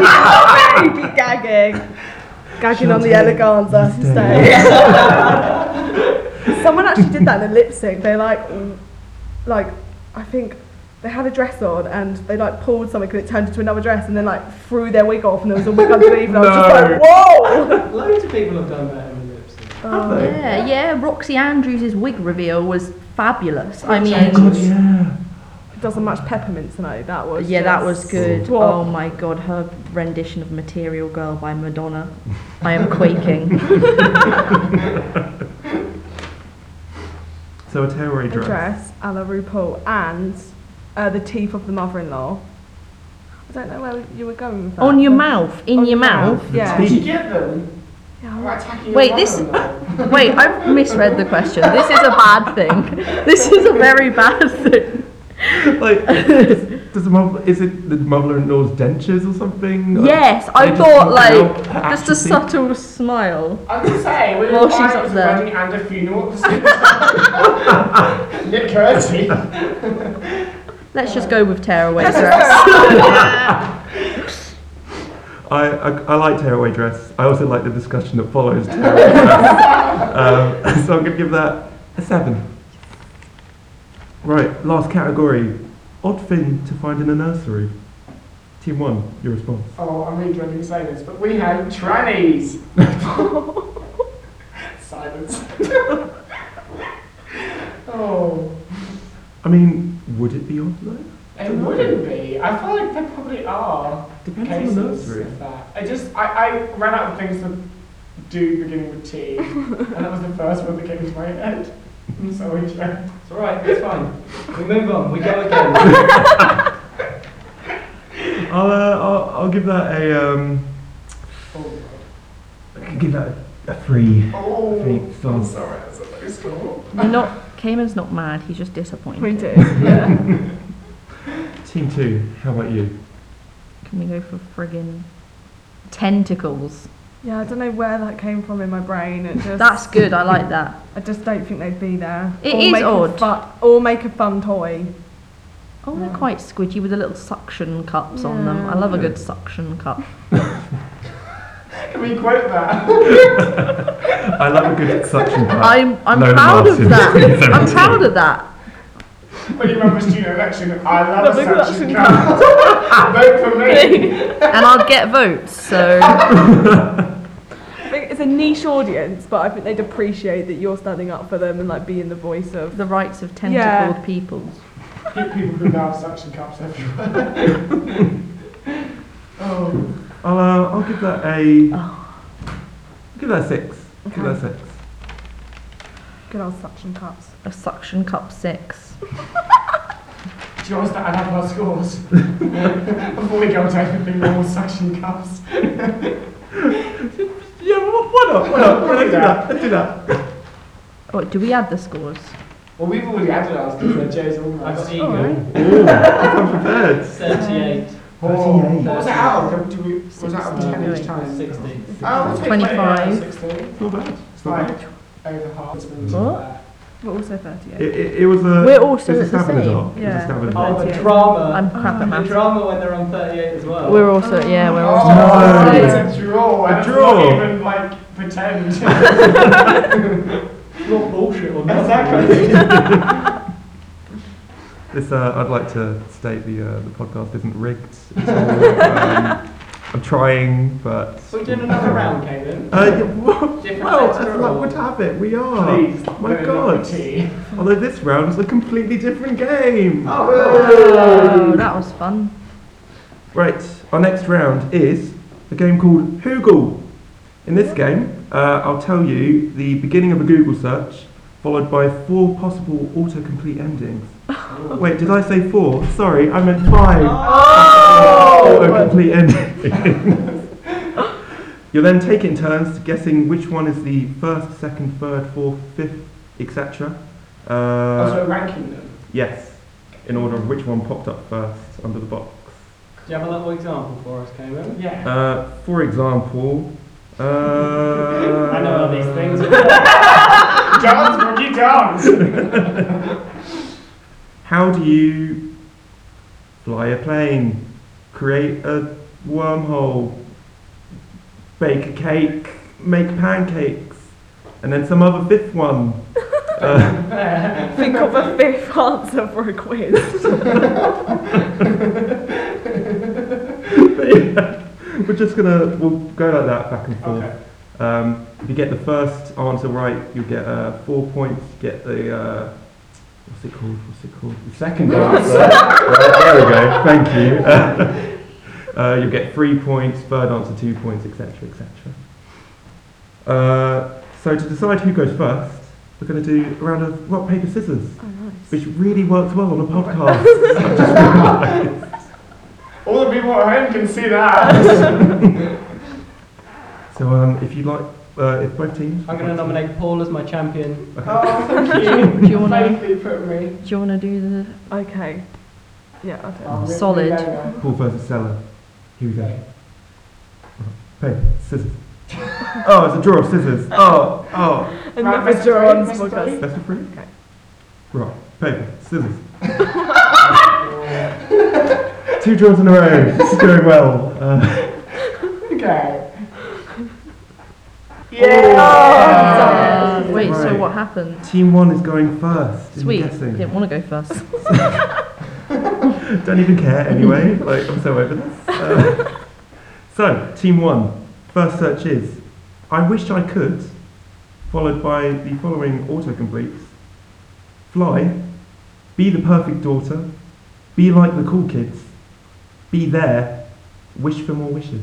S10: would be gagging. Gagging on the eleganza stage. Someone actually did that in a lip sync. They like, mm, like, I think they had a dress on and they like pulled something and it turned into another dress and then like threw their wig off and there was a wig underneath and I was just
S15: No.
S10: like, whoa!
S4: Loads of people have done that in the lipstick.
S15: Oh,
S16: Yeah, yeah. Roxy Andrews' wig reveal was fabulous. I
S10: Oh,
S15: God,
S16: mean,
S15: yeah.
S10: It doesn't match peppermint tonight. That was
S16: yeah, that
S10: just-
S16: was good.
S10: What?
S16: Oh my God, her rendition of "Material Girl" by Madonna. I am quaking.
S15: So a tearaway
S10: a
S15: dress.
S10: dress a la RuPaul and uh, the teeth of the mother-in-law. I don't know where you were going with that.
S16: On your mouth, in your mouth.
S10: Yeah.
S2: Did you get them?
S10: Yeah,
S2: Or attacking your
S16: Wait, this.
S2: mother-in-law?
S16: Wait, I've misread the question. This is a bad thing. This is a very bad thing.
S15: like, does, does the mother, is it the mother-in-law's dentures or something? Or
S16: Yes,
S15: they
S16: I
S15: just
S16: thought
S15: knock
S16: like
S15: out her
S16: just a
S15: actual teeth?
S16: subtle smile.
S2: I was gonna say, we
S16: While
S2: were
S16: she's
S2: buying
S16: up
S2: a
S16: there.
S2: wedding and a funeral at the same time. Nick Curti.
S16: Let's just go with tearaway dress.
S2: I
S15: I, I, I like tearaway dress. I also like the discussion that follows tearaway dress. Um, so I'm going to give that a seven. Right, last category. Odd thing to find in a nursery. Team one, your response.
S2: Oh, I'm really dreading saying this, but we had trannies. Silence. oh,
S15: I mean, would it be odd though?
S2: it wouldn't be. I feel like there probably are
S15: Depends on the
S2: cases
S15: nursery.
S2: of that. I just, I, I ran out of things to do beginning with T, and that was the first one that came to my head. I'm sorry, Jack.
S4: It's alright, it's fine. We move on, we go again.
S15: I'll, uh, I'll, I'll give that a um. I could give that a, a three.
S2: Oh,
S15: three stars.
S2: sorry, I was at low score.
S16: You're not. Cayman's not mad. He's just disappointed.
S15: Team two, how about you?
S16: Can we go for friggin' tentacles?
S10: Yeah, I don't know where that came from in my brain. It just
S16: That's good, I like that.
S10: I just don't think they'd be there.
S16: It
S10: or
S16: is
S10: make
S16: odd.
S10: A fu- or make a fun toy.
S16: Oh, they're quite squidgy with the little suction cups on them. I love a good suction cup.
S2: Can we quote that?
S15: I love a good suction cup.
S16: I'm I'm
S15: Lola
S16: proud of
S15: Martin,
S16: that. I'm
S15: 2017.
S16: proud of that.
S2: When you remember student election, I love
S16: Love
S2: a
S16: election
S2: section count. Vote for me.
S16: And I'll get votes, so
S10: I think it's a niche audience, but I think they'd appreciate that you're standing up for them and like being the voice of
S16: the rights of tentacled
S10: Yeah.
S16: people.
S2: People who now have suction cups everywhere. oh.
S15: I'll, uh, I'll give that a.
S16: Oh.
S15: Give that a six. Give that a six.
S10: good old suction cups.
S16: A suction cup six.
S2: Do you want us to add up our scores? Before we go to anything more suction cups.
S15: Yeah, Oh, well, why not? Why not? Let's do that. Let's do that.
S16: Oh, do we add the scores?
S2: Well, we've already added ours because they're Jay's all
S4: I've
S2: right.
S4: got ego.
S15: Ooh, I'm prepared.
S4: 38.
S2: Oh, what
S15: 38.
S2: was that out of? Do we, was that out of 10 each time?
S4: 60.
S2: Oh, we'll take
S16: 25.
S2: 16. It's
S15: not bad. It's not
S2: Right. Over half. It's been-
S16: What?
S10: But also 38.
S15: It, it, it was a.
S16: We're also
S15: it's a
S16: at the
S15: stab in the
S16: same,
S15: dark. It's a
S10: yeah.
S15: stab in the dark.
S4: Oh, the
S10: 38.
S4: drama.
S16: I'm crap at
S4: the
S16: maths.
S4: drama when they're on 38 as well.
S16: We're also yeah, we're
S2: Oh,
S16: also
S2: it's a draw. and
S15: A
S2: it's
S15: draw.
S2: Not even like pretend. not bullshit or Exactly.
S15: This, uh, I'd like to state the uh, the podcast isn't rigged. It's all, um, I'm trying, but
S4: We're doing another round, Caden.
S15: Uh, yeah, well,
S4: Different
S15: well,
S4: letter
S15: as luck
S4: or-
S15: would have it, we are.
S2: Please,
S15: My
S2: we're not
S15: God.
S2: the tea.
S15: Although this round's a completely different game.
S16: Oh, that was fun.
S15: Right, our next round is a game called Hoogle. In this game, uh, I'll tell you the beginning of a Google search, followed by four possible autocomplete endings. Wait, did I say four? Sorry, I meant five.
S2: Oh!
S15: Autocomplete endings. You'll then take it in turns to guessing which one is the first, second, third, fourth, fifth, etc. Uh,
S2: Also Oh, ranking them.
S15: yes, in order of which one popped up first under the box.
S4: Do you have a little example for us, Cameron?
S2: Yeah.
S15: Uh, for example, uh,
S4: I know all these things.
S2: dance, Boogie, dance.
S15: How do you fly a plane? Create a wormhole? Bake a cake? Make pancakes? And then some other fifth one. Uh,
S10: Think of a fifth answer for a quiz.
S15: but yeah, we're just gonna we'll go like that back and forth.
S2: Okay.
S15: Um, if you get the first answer right, you get uh, four points. You get the uh, what's it called? What's it called? The second answer. Uh, there we go. Thank you. Uh, uh, you get three points. Third answer, two points, etc., etc. Uh, so to decide who goes first, we're going to do a round of rock paper scissors, which really works well on a podcast. I've just realised.
S2: All the people at home can see that.
S15: So um, if you like, uh, if both teams.
S4: I'm going to nominate Paul as my champion.
S2: oh, thank you.
S16: Do you wanna
S2: Faithfully put me.
S16: do you wanna do
S10: okay. Yeah, I don't
S16: the
S10: know.
S16: solid?
S15: Paul versus Seller. Here we go. Paper, scissors. oh, it's a draw of scissors. Oh, oh.
S10: And
S2: Right,
S10: never
S2: Mr.
S10: draw
S2: Green,
S10: on
S2: Mr.
S10: podcast.
S15: That's for free?
S10: Okay.
S15: Rock, paper, scissors. Two draws in a row. This is going well. Uh,
S2: day.
S4: Oh.
S16: Yeah. Wait, so
S15: Oh, Right.
S16: what happened?
S15: Team one is going first.
S16: Sweet.
S15: I'm guessing.
S16: Didn't want to go first.
S15: Don't even care anyway. Like I'm so over this. Uh, so team one, first search is "I wish I could," followed by the following autocompletes: fly, be the perfect daughter, be like the cool kids, be there, wish for more wishes.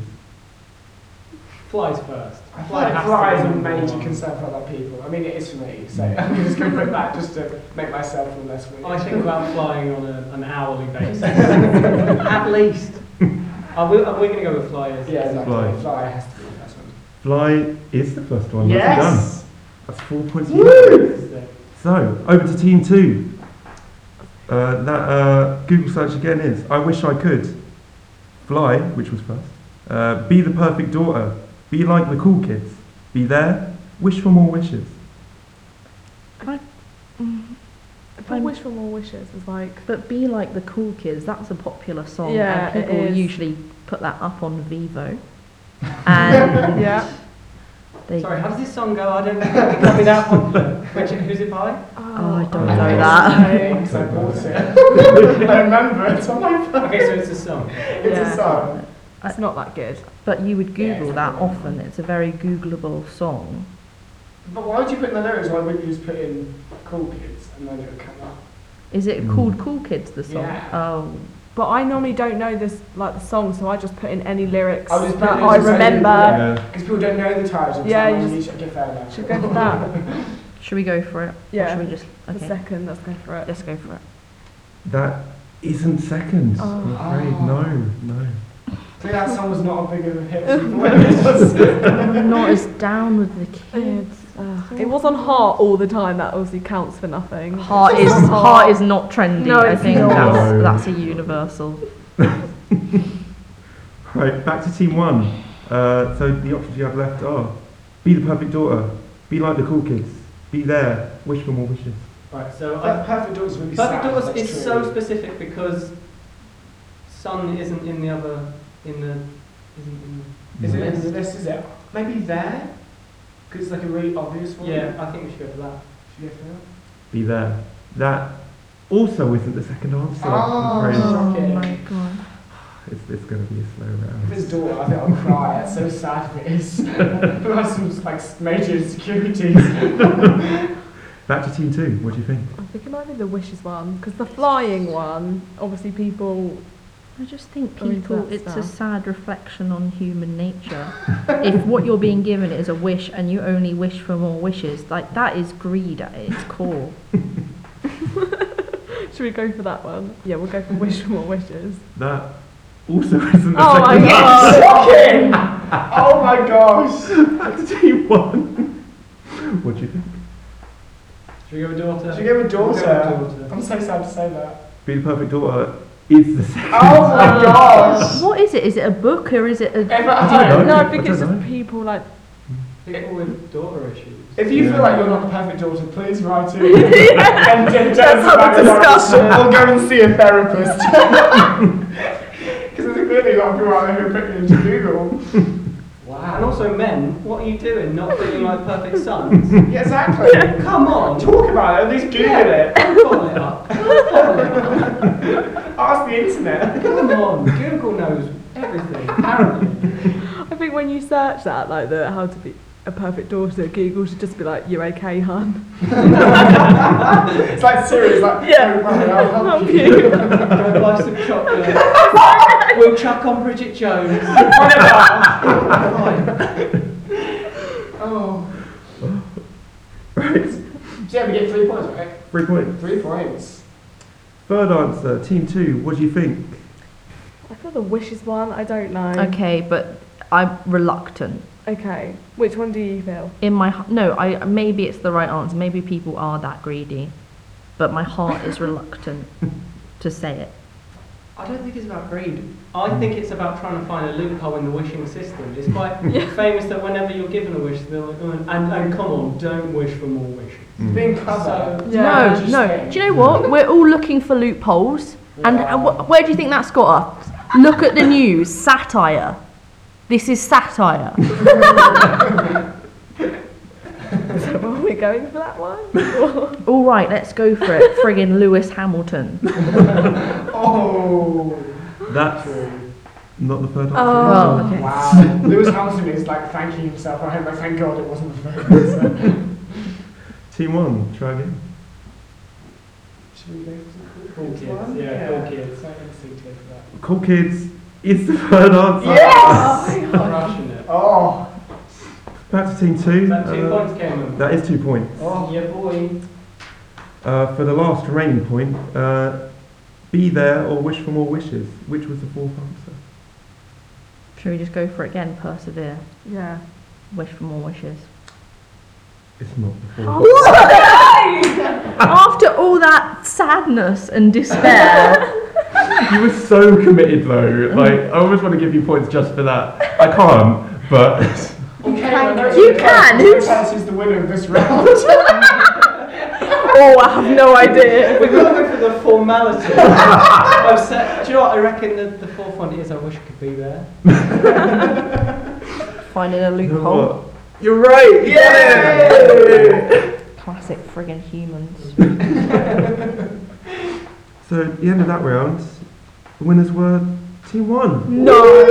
S2: Flies first. I feel
S13: Fly
S2: like
S13: has
S2: fly
S13: to
S2: is a
S13: be number
S2: major
S13: one.
S2: concern for other people. I mean, it is for me, so I'm just going to put that just to make myself feel less weird.
S4: I think about flying on a, an hourly basis. At least. Are we, are we going to go with flyers?
S2: Yeah, exactly.
S15: Fly.
S2: Fly, has to be the first one.
S15: Fly is the first one.
S2: Yes.
S15: That's done. That's four points. for you.
S2: Woo!
S15: So over to team two. Uh, that uh, Google search again is I wish I could. Fly, which was first. Uh, be the perfect daughter. Be like the cool kids. Be there. Wish for more wishes.
S10: If I wish for more wishes was like
S16: But be like the cool kids. That's a popular song,
S10: Yeah,
S16: and
S10: it
S16: people
S10: is.
S16: usually put that up on Vivo. And
S10: Yeah.
S16: they,
S4: Sorry, how does this song go? I don't think I copied that one. Which, who's it by?
S2: Uh,
S16: oh, I don't
S4: I
S16: know
S4: don't
S16: that.
S2: Thanks, I bought it. Mm-hmm. I remember it's on my phone.
S4: Okay, so it's a song.
S2: It's a song.
S16: It's
S10: not that good.
S16: But you would Google that often. It's a very Googleable song.
S2: But why would you put in the lyrics? Why wouldn't you just put in cool kids and then it would come up?
S16: Is it called Cool Kids? The song?
S2: Yeah.
S16: Oh,
S10: But I normally don't know this like the song, so I just put in any lyrics
S2: I was just
S10: that I remember.
S2: Because people don't know the titles.
S10: Yeah,
S2: Yeah,
S10: you
S2: you
S10: just-
S2: should get fair enough.
S10: Should go for that.
S16: should we go for it? Or
S10: Yeah.
S16: Should we just?
S10: The
S16: Okay.
S10: second, let's go for it.
S16: Let's go for it.
S15: That isn't second. I'm
S10: Oh.
S15: afraid. No, no.
S2: So that song was not a big of a hit. as you thought it was.
S16: I'm not as down with the kids. Ugh.
S10: It was on heart all the time. That obviously counts for nothing.
S16: Heart is
S10: Heart.
S16: heart is not trendy.
S10: No,
S16: I
S10: it's
S16: think
S10: not.
S15: No.
S16: that's that's a universal.
S15: Right, back to team one. Uh, so the options you have left are be the perfect daughter, be like the cool kids, be there, wish for more wishes.
S4: Right, so
S2: But
S4: I,
S2: Perfect Daughters would be sad.
S4: Perfect Doors
S2: that's
S4: is
S2: true.
S4: so specific because Sun isn't in the other in the isn't in the
S2: Is it in the list? Is it? Maybe there? Because it's like a really obvious one.
S4: Yeah, I think we should go for that.
S2: Should we go for that?
S15: Be there. That also isn't the second answer. I'm afraid.
S2: Oh,
S16: Oh
S2: shocking.
S16: my god.
S15: It's, it's going to be a slow round.
S2: If it's daughter, I think I'll cry. It's so sad if it is. Who has some like major insecurities?
S15: Back to team two. What do you think?
S10: I think it might be the wishes one because the flying one, obviously people.
S16: I just think
S10: Or into
S16: people,
S10: that
S16: it's a
S10: stuff.
S16: sad reflection on human nature. if what you're being given is a wish and you only wish for more wishes, like that is greed at its core.
S10: Should we go for that one? Yeah, we'll go for wish for more wishes.
S15: That also isn't the
S10: Oh my
S15: second
S2: Shocking!
S10: god!
S2: Oh my gosh!
S15: answer. Back to team one. what do you think?
S4: Should we go with daughter?
S2: Should we go with
S4: We'll
S2: daughter?
S4: with daughter.
S2: I'm so sad to say that.
S15: Be the perfect daughter is the second.
S2: Oh my gosh!
S16: what is it? Is it a book or is it a.
S2: If I-
S15: I don't know.
S10: No, I think
S15: I
S10: it's
S15: don't
S10: just
S15: know.
S10: people like.
S4: People with daughter issues.
S2: If you
S15: Yeah.
S2: feel like you're not a perfect daughter, please write in and then tell us about it. We'll go and see a therapist. Because there's clearly a lot of people out there who are putting into Google.
S4: Wow. And also men, what are you doing? Not feeling like perfect sons?
S2: Yeah, exactly.
S4: Come on.
S2: Talk about it, at least Google it.
S4: Follow it up. Follow it up.
S2: Ask the internet.
S4: Come on. Google knows everything, apparently.
S10: I think when you search that, like the how to be a perfect daughter, Google should just be like, "You're okay, hun."
S2: It's like Siri, it's like, yeah.
S10: Yeah.
S2: oh, mummy, I'll help
S10: Help
S2: you.
S10: you.
S4: Go buy some chocolate. we'll chuck on Bridget Jones. Whatever.
S2: Oh.
S15: Right.
S2: Yeah, we get three points, right?
S15: Three points.
S2: Three points.
S15: Third answer. Team two. What do you think?
S10: I feel the wishes one. I don't know.
S16: Okay, but I'm reluctant.
S10: Okay. Which one do you feel?
S16: In my. h- No, I maybe it's the right answer. Maybe people are that greedy. But my heart is reluctant to say it.
S4: I don't think it's about greed. I think it's about trying to find a loophole in the wishing system. It's quite famous that whenever you're given a wish, they're like, oh, and, and come on, don't wish for more wishes.
S2: Being clever.
S10: Yeah.
S16: No, no. Do you know what? We're all looking for loopholes. And uh, wh- where do you think that's got us? Look at the news, satire. This is satire.
S10: So are we going for that one?
S16: All right, let's go for it. Friggin' Lewis Hamilton.
S2: Oh.
S15: That's not the third option.
S16: Oh, okay.
S2: Wow. Lewis Hamilton is like thanking himself. I hope, like, thank God it wasn't the first answer.
S15: Team one, try again.
S2: Should we go for
S4: Cool kids,
S2: one?
S4: yeah, cool kids.
S2: I can see kids that.
S15: Cool kids is the third answer.
S2: Yes!
S4: Russian Oh, it.
S2: Oh.
S15: Back to team two. Uh,
S4: That two points came.
S15: That is two points.
S4: Oh, yeah, boy.
S15: Uh, for the last remaining point, uh, be there or wish for more wishes. Which was the fourth answer?
S16: Should we just go for it again? Persevere.
S10: Yeah.
S16: Wish for more wishes.
S15: It's not the
S16: Oh.
S15: fourth.
S16: After all that sadness and despair,
S15: you were so committed though. Like I always want to give you points just for that. I can't, but
S16: You can.
S2: Who else is the winner of this round?
S10: oh, I have no idea.
S4: We're going for the formality. I've said, do you know what? I reckon the, the fourth one is I wish I could be there.
S16: finding a
S15: You know
S16: loophole.
S15: what? You're right. Yeah.
S16: Classic friggin' humans.
S15: so at the end of that round, the winners were team one.
S10: No.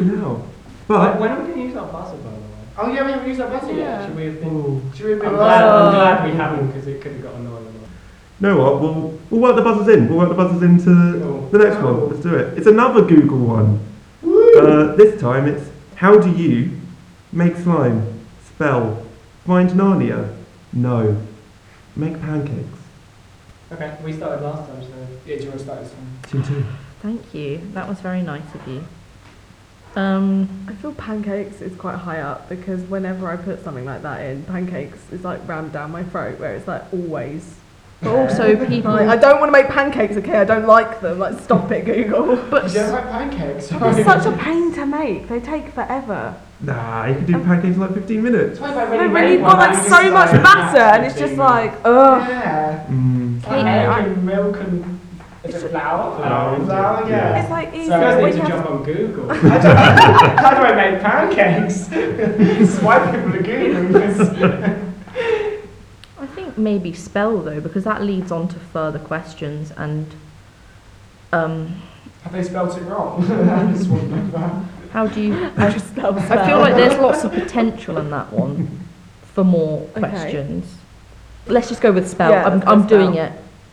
S15: No.
S4: But
S15: But
S4: when are we going to use our buzzer, by the way?
S2: Oh, yeah, we haven't used our buzzer
S4: Yeah.
S2: yet.
S4: Should we have been? Should we have been?
S2: Oh.
S4: I'm glad, I'm glad we haven't because it could have got annoying.
S15: No, what? We'll, we'll work the buzzers in. We'll work the buzzers into the next one. Let's do it. It's another Google one. Uh, this time it's how do you make slime? Spell. Find Narnia? No. Make pancakes.
S4: Okay, we started last time, so
S2: Yeah, do you want to start this one?
S15: Team two.
S16: Thank you. That was very nice of you. Um,
S10: I feel pancakes is quite high up because whenever I put something like that in, pancakes is like rammed down my throat where it's like always.
S16: But also people-
S10: Like, I don't want to make pancakes, okay? I don't like them. Like, stop it, Google.
S16: But
S2: You don't like pancakes?
S10: It's such a pain to make. They take forever.
S15: Nah, you can
S10: Oh.
S15: do pancakes in like 15 minutes.
S10: But when you've got like so much batter and it's just like, ugh.
S2: Yeah.
S15: Mm.
S2: Like egg and milk and is it flour?
S15: Flour,
S2: Flour,
S15: yeah.
S2: yeah.
S10: It's like easy.
S4: you guys
S10: when
S4: need
S10: you
S4: to
S10: have-
S4: jump on Google.
S2: I don't- How do I make pancakes? Swipe people to Google.
S16: I think maybe spell though, because that leads on to further questions and. Um,
S2: Have they spelt it wrong? I just want to know that.
S16: how do you? I,
S10: I just spell
S16: I feel like there's lots of potential in that one for more
S10: Okay.
S16: questions. Let's just go with spell.
S10: Yeah,
S16: I'm,
S10: let's go
S16: I'm doing
S10: spell.
S16: it.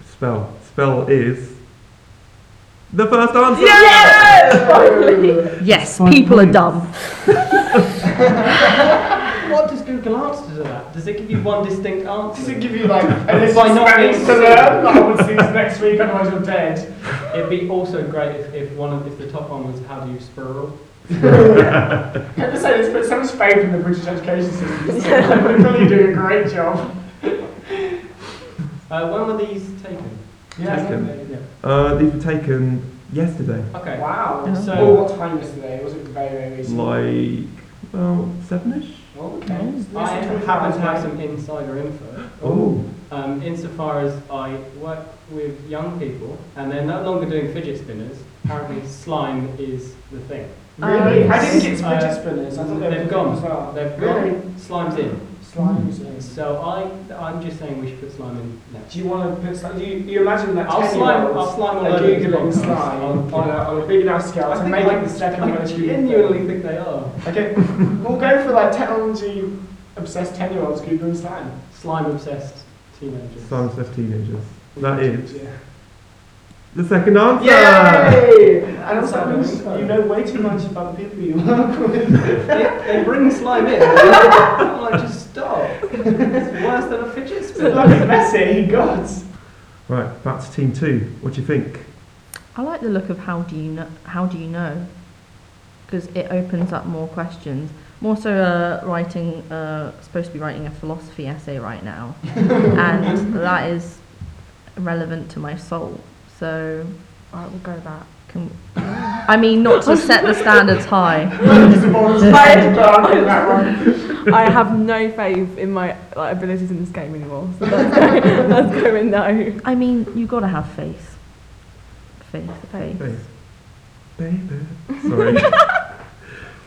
S15: Spell. Spell is the first answer.
S16: Yes, people are dumb.
S4: What does Google answer to that? Does it give you one distinct answer?
S2: Does it give you like a list
S4: By
S2: of
S4: not being
S2: spellings to learn? Like, I will see this next week, otherwise you're dead.
S4: It'd be also great if, if one of if the top one was how do you spiral?
S2: I just say this, but so much faith in the British education system. They're really doing a great job.
S4: Uh, when were these taken?
S2: Yeah.
S15: Taken.
S4: Yeah.
S15: Uh, these were taken yesterday.
S4: Okay.
S2: Wow.
S4: Yeah.
S2: So
S4: Oh.
S2: what time was today? Was it very very recent?
S15: Like, well, sevenish?
S2: Okay.
S4: I happen to have some insider info.
S15: Oh.
S4: Um, insofar as I work with young people and they're no longer doing fidget spinners, apparently slime is the thing.
S2: Really?
S10: Um,
S2: I didn't get some
S4: Uh,
S2: fidget spinners. I thought they
S4: They've
S2: were
S4: gone.
S2: as well.
S4: They've
S2: Really?
S4: gone. Slime's in.
S2: Slimes. yes.
S4: So I, I'm just saying we should put slime in next.
S2: Do you want to put slime? Do you, you imagine that
S4: I'll
S2: 10
S4: slime-
S2: year olds
S4: I'll slime all
S2: are
S4: over the
S2: googling
S4: podcast.
S2: slime on,
S4: I'll-
S2: a, on a big enough scale to
S4: think
S2: make
S4: I-
S2: it the second
S4: I
S2: most
S4: genuinely think they are.
S2: Okay, we'll go for like technology obsessed 10 year olds googling slime.
S4: Slime obsessed teenagers.
S15: Science left teenagers. That is
S2: Yeah.
S15: the second answer.
S2: Yay! And also,
S4: Sounds
S2: that means
S4: fun.
S2: you know way too much about the people you work with.
S4: they, they bring slime in. I'm like, just stop. It's worse than a fidget
S2: It's
S4: spinner.
S2: bloody messy, gods.
S15: Right, back to team two. What do you think?
S16: I like the look of how do you know? How do you know? Because it opens up more questions. I'm also uh, writing, uh, supposed to be writing a philosophy essay right now, and that is relevant to my soul. So
S10: Alright, we'll go that.
S16: can, I mean, not to set the standards high.
S10: I have no faith in my like, abilities in this game anymore. So that's going, that's going no.
S16: I mean, you gotta have faith. Faith, faith.
S15: Babe. Baby. Sorry.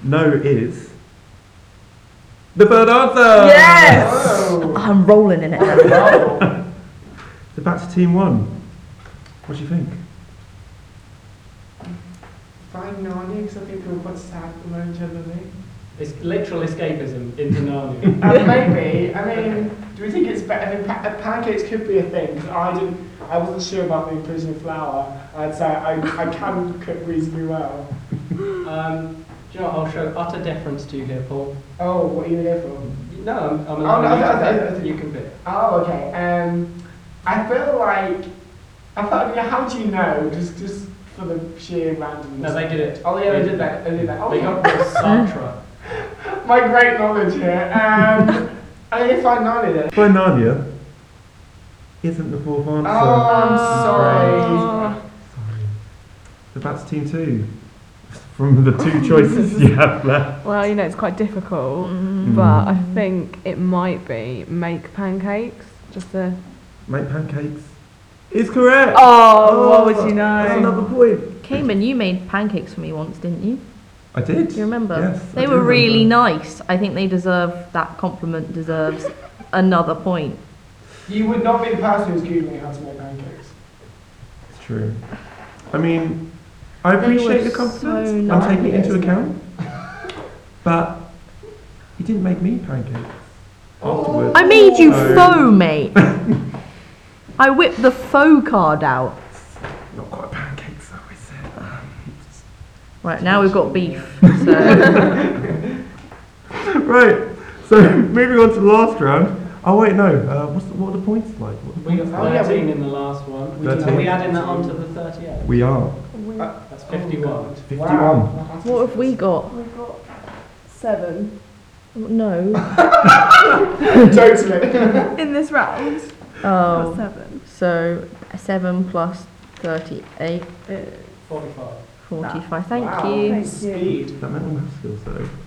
S15: No is the bird answer.
S16: Yes! I'm rolling in it.
S15: So back to team one. What do you think?
S2: Find Narnia because I think we're quite sad at the moment, generally.
S4: It's literal escapism into Narnia.
S2: And Uh, maybe, I mean, do we think it's better? I mean, pa- uh, pancakes could be a thing. 'cause I didn't, I wasn't sure about the inclusion of flour. I'd say I, I can cook reasonably well.
S4: Um, do you know what? I'll show utter deference to you here, Paul.
S2: Oh, what are you here for?
S4: No, I'm, I'm
S2: Oh, no,
S4: allowing
S2: I- I-
S4: you,
S2: I-
S4: to pick. you can pick.
S2: Oh, okay. Um, I feel like I felt. Yeah, how do you know? Just, just for the sheer randomness.
S4: No, they did it.
S2: Oh, yeah, they
S4: They-
S2: did that. They did that. Oh,
S4: They got rid of Sartre.
S2: My great knowledge here. Um, I if I know it. then.
S15: By Narnia isn't the fourth answer.
S2: Oh,
S16: Ah.
S2: I'm sorry.
S15: So back to team two. From the two choices you have left.
S8: Well, you know, it's quite difficult,
S16: Mm.
S8: but I think it might be make pancakes. Just a.
S15: Make pancakes. It's correct.
S8: Oh, what would you know?
S15: That's another point.
S16: Cayman, you made pancakes for me once, didn't you?
S15: I did.
S16: Do you remember?
S15: Yes, I
S16: they
S15: do
S16: were
S15: remember.
S16: really nice. I think they deserve that compliment deserves another point.
S2: You would not be the person who's googling how to make pancakes.
S15: It's true. I mean, I
S16: They were
S15: appreciate the
S16: so
S15: compliments. I'm
S16: nice.
S15: taking it into account. but you didn't make me pancakes afterwards.
S16: I made you
S15: so-
S16: faux, mate. I whipped the faux card out.
S15: Not quite pancakes, though, is it?
S16: Right, now we've got beef. So.
S15: right. So moving on to the last round. Oh wait, no. Uh, what's the, what are the points like? What are the
S4: We
S15: points
S4: got
S2: Oh, yeah,
S4: 13
S2: we-
S4: in the last one. We, are
S15: 13.
S4: we adding that onto the 38?
S15: like? We are.
S4: That's 51.
S15: Wow.
S16: what have we got?
S10: We've got seven
S16: No.
S2: totally.
S10: in this round.
S16: Oh.
S10: Got seven.
S16: So 7 plus 38. is
S4: 45.
S16: 45. Thank
S4: Wow.
S16: you.
S4: Thank you. Speed.
S15: That mental math skills though.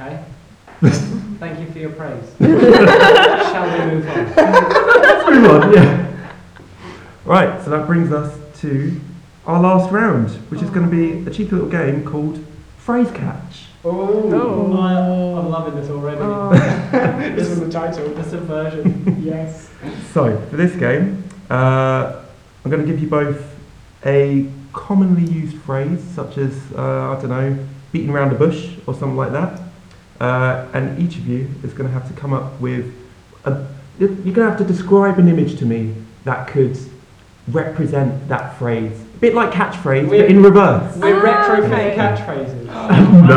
S4: Okay. Thank you for your praise. Shall we move on?
S15: Let's move on, yeah. Right, so that brings us to our last round, which is going to be a cheeky little game called Phrase Catch.
S4: Oh, I, I'm loving this already.
S15: Oh.
S2: This is the title.
S4: The subversion.
S2: Yes.
S15: So, for this game, uh, I'm going to give you both a commonly used phrase, such as, uh, I don't know, beating around the bush or something like that. Uh, and each of you is going to have to come up with, a, you're going to have to describe an image to me that could represent that phrase. A bit like catchphrase, but in reverse.
S4: We're retrofitting
S15: okay.
S4: catchphrases.
S15: No,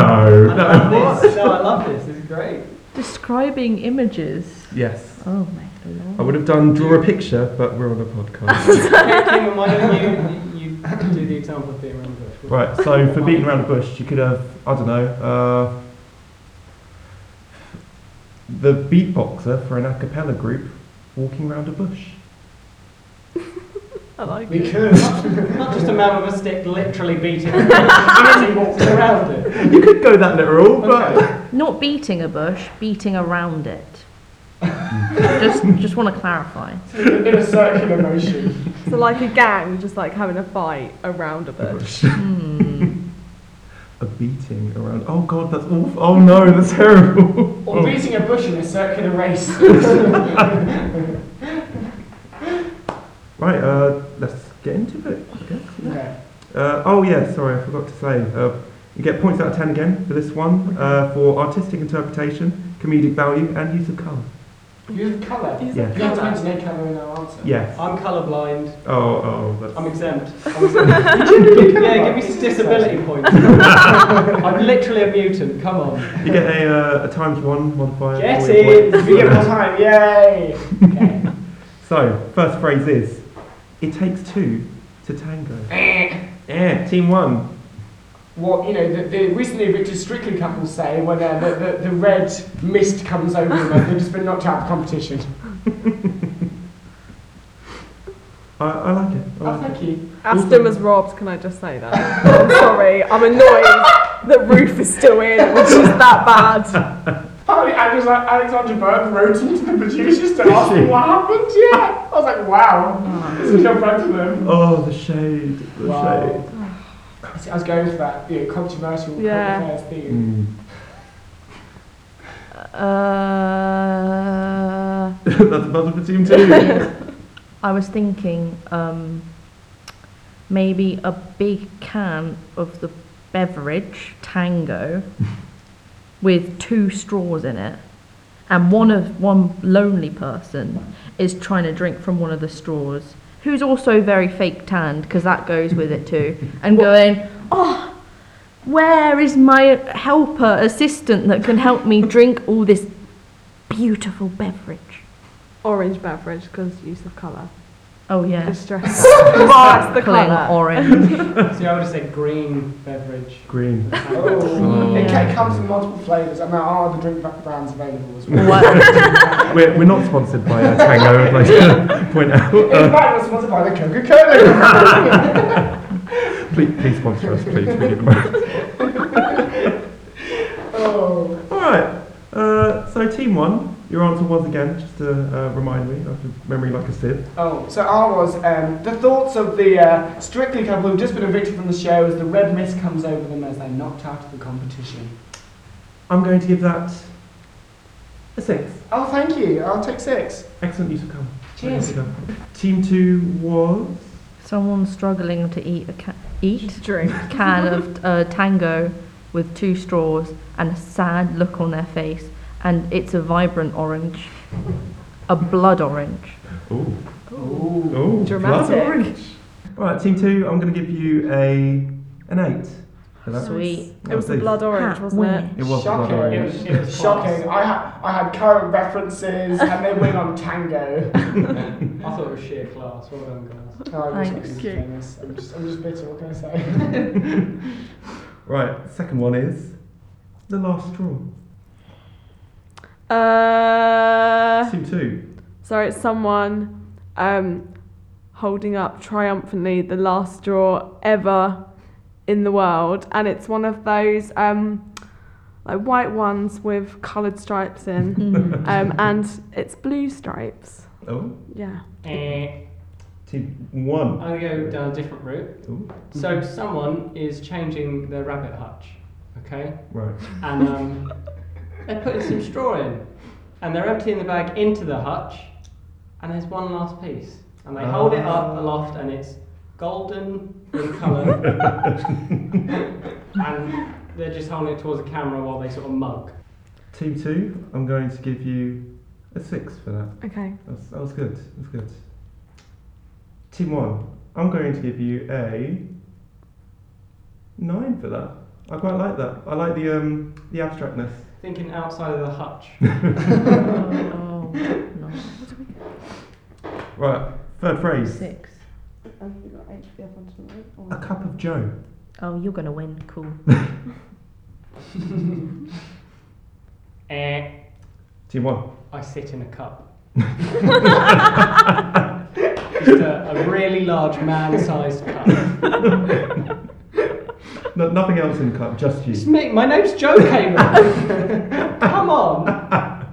S4: I love
S15: no.
S4: this. No, I love this. This is great.
S16: Describing images.
S15: Yes.
S16: Oh my lord.
S15: I would have done draw a picture, but we're on a podcast.
S4: Kim, why don't you, you, you do the example of being around the bush?
S15: right, so for beating around the bush, you could have, I don't know, uh, the beatboxer for an a cappella group walking around a bush.
S8: I like
S4: We
S8: it.
S4: could. not, not just a man with a stick literally beating it. He walks around it.
S15: You could go that literal, but
S16: Not beating a bush, beating around it. just just want to clarify.
S2: In a circular motion.
S8: So, like a gang, just like having a fight around a bush.
S2: Hmm.
S15: a beating around. Oh god, that's awful. Oh no, that's terrible.
S2: Or beating a bush in a circular race.
S15: Right, uh, let's get into it. I guess.
S2: okay.
S15: Uh, oh yeah, sorry, I forgot to say. Uh, you get points out of ten again for this one uh, for artistic interpretation, comedic value, and use of colour.
S2: Use of colour.
S15: Use of
S2: You have to mention any colour in our answer.
S15: Yes.
S4: I'm colourblind.
S15: Oh, oh, that's
S4: I'm exempt. I'm exempt. yeah, give me some disability points. I'm literally a mutant. Come on.
S15: you get a, uh, a times one modifier.
S4: Get
S15: for your
S4: it!
S15: points.
S4: We
S2: Give it time, yay!
S15: So first phrase is, it takes two to tango.
S2: Eh.
S15: Yeah, team one.
S2: What you know, the, the recently Richard Strickland couples say when uh, the, the, the red mist comes over them, they've just been knocked out of competition.
S15: I, I like it. I
S2: Oh,
S15: like
S2: thank you.
S8: Aston was robbed, can I just say that? I'm sorry, I'm annoyed that Roof is still in, which is that bad.
S2: Apparently, Alex- Alexander Burke wrote into the producers to ask them what happened. Yeah, I was like, wow, this is your friend to them.
S15: Oh, the shade, the
S2: Wow.
S15: shade.
S2: I was going for that you know, controversial
S16: Yeah.
S2: current affairs theme.
S16: Uh,
S15: That's a buzzer for team two.
S16: I was thinking um, maybe a big can of the beverage Tango with two straws in it, and one of one lonely person is trying to drink from one of the straws, who's also very fake tanned because that goes with it too, and going, oh. Where is my helper, assistant that can help me drink all this beautiful beverage?
S11: Orange beverage because use of colour.
S16: Oh yeah.
S11: Distress.
S16: Sparkling
S11: the colour.
S4: See, I would have said green beverage.
S15: Green.
S2: Oh. It ca-
S15: Yeah.
S2: comes in multiple flavours, and there are oh, the drink back brands available as well.
S15: What? we're, we're not sponsored by uh, Tango, I'd like to point out.
S2: In
S15: Uh,
S2: fact, we're sponsored by the Coca Cola.
S15: please, please sponsor us, please. We need money.
S2: oh.
S15: All right. Uh, so, team one, your answer was again, just to uh, remind me, after memory like a sieve.
S2: oh, so I was um, the thoughts of the uh, strictly couple who've just been evicted from the show as the red mist comes over them as they're knocked out of the competition.
S15: I'm going to give that a six.
S2: Oh, thank you. I'll take six.
S15: Excellent use of colour.
S2: Cheers.
S15: Well done. Team two was.
S16: Someone struggling to eat a ca- eat
S10: drink
S16: can of uh, tango with two straws and a sad look on their face, and it's a vibrant orange, a blood orange.
S15: Ooh. Ooh.
S16: Dramatic.
S15: blood orange. All right, team two, I'm going to give you a an eight. for that.
S16: Sweet.
S15: That
S10: It was the
S15: eight.
S10: blood orange,
S16: Ha,
S10: wasn't it?
S15: It was
S2: shocking.
S15: blood
S2: It
S15: orange.
S2: was, it was shocking. I, ha- I had current references, and they went on tango.
S4: I thought it was sheer class. Well done, guys.
S2: Oh, I wish I
S16: Thanks.
S2: was famous. I'm just, I'm just bitter. What can I say?
S15: Right, second one is the last straw.
S8: Uh,
S15: Team two.
S8: sorry, it's someone um, holding up triumphantly the last straw ever in the world, and it's one of those um, like white ones with coloured stripes in,
S16: Mm-hmm.
S8: um, and it's blue stripes.
S15: Oh,
S8: Yeah.
S4: Eh,
S15: team one.
S4: I'm going to go down a different route.
S15: Ooh. Mm-hmm.
S4: So someone is changing their rabbit hutch, okay?
S15: Right.
S4: And um, they're putting some straw in, and they're emptying the bag into the hutch, and there's one last piece, and they hold it up
S15: Ah.
S4: aloft, and it's golden in colour, and they're just holding it towards the camera while they sort of mug.
S15: Team two, I'm going to give you a six for that.
S8: Okay.
S15: That's, that was good. That's good. Team one, I'm going to give you a nine for that. I quite like that. I like the um the abstractness.
S4: Thinking outside of the hutch.
S16: Oh, no.
S15: Right, third phrase.
S16: Six.
S15: A cup of Joe.
S16: Oh, you're gonna win. Cool.
S4: Eh,
S15: Team one.
S4: I sit in a cup. Just a, a really large man-sized cup.
S15: No, nothing else in the cup, just
S4: It's
S15: you.
S4: me. My name's Joe Kamen. Come on.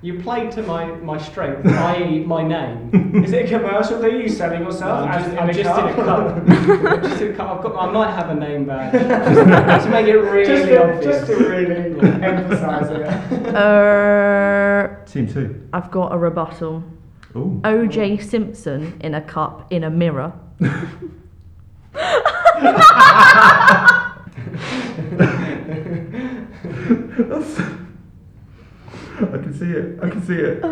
S4: You played to my, my strength, i.e. my name.
S2: Is it a commercial? Are you selling yourself?
S4: I'm
S2: as
S4: just,
S2: in
S4: I'm
S2: a
S4: just
S2: car?
S4: in a cup. I'm just in a cup. I've got, I might have a name badge. Just, to make it really
S2: just, to,
S4: obvious.
S2: just to really emphasise it.
S16: Er,
S15: Team two.
S16: I've got a rebuttal.
S15: Ooh.
S16: O.J. Simpson in a cup in a mirror.
S15: That's- I can see it. I can see it.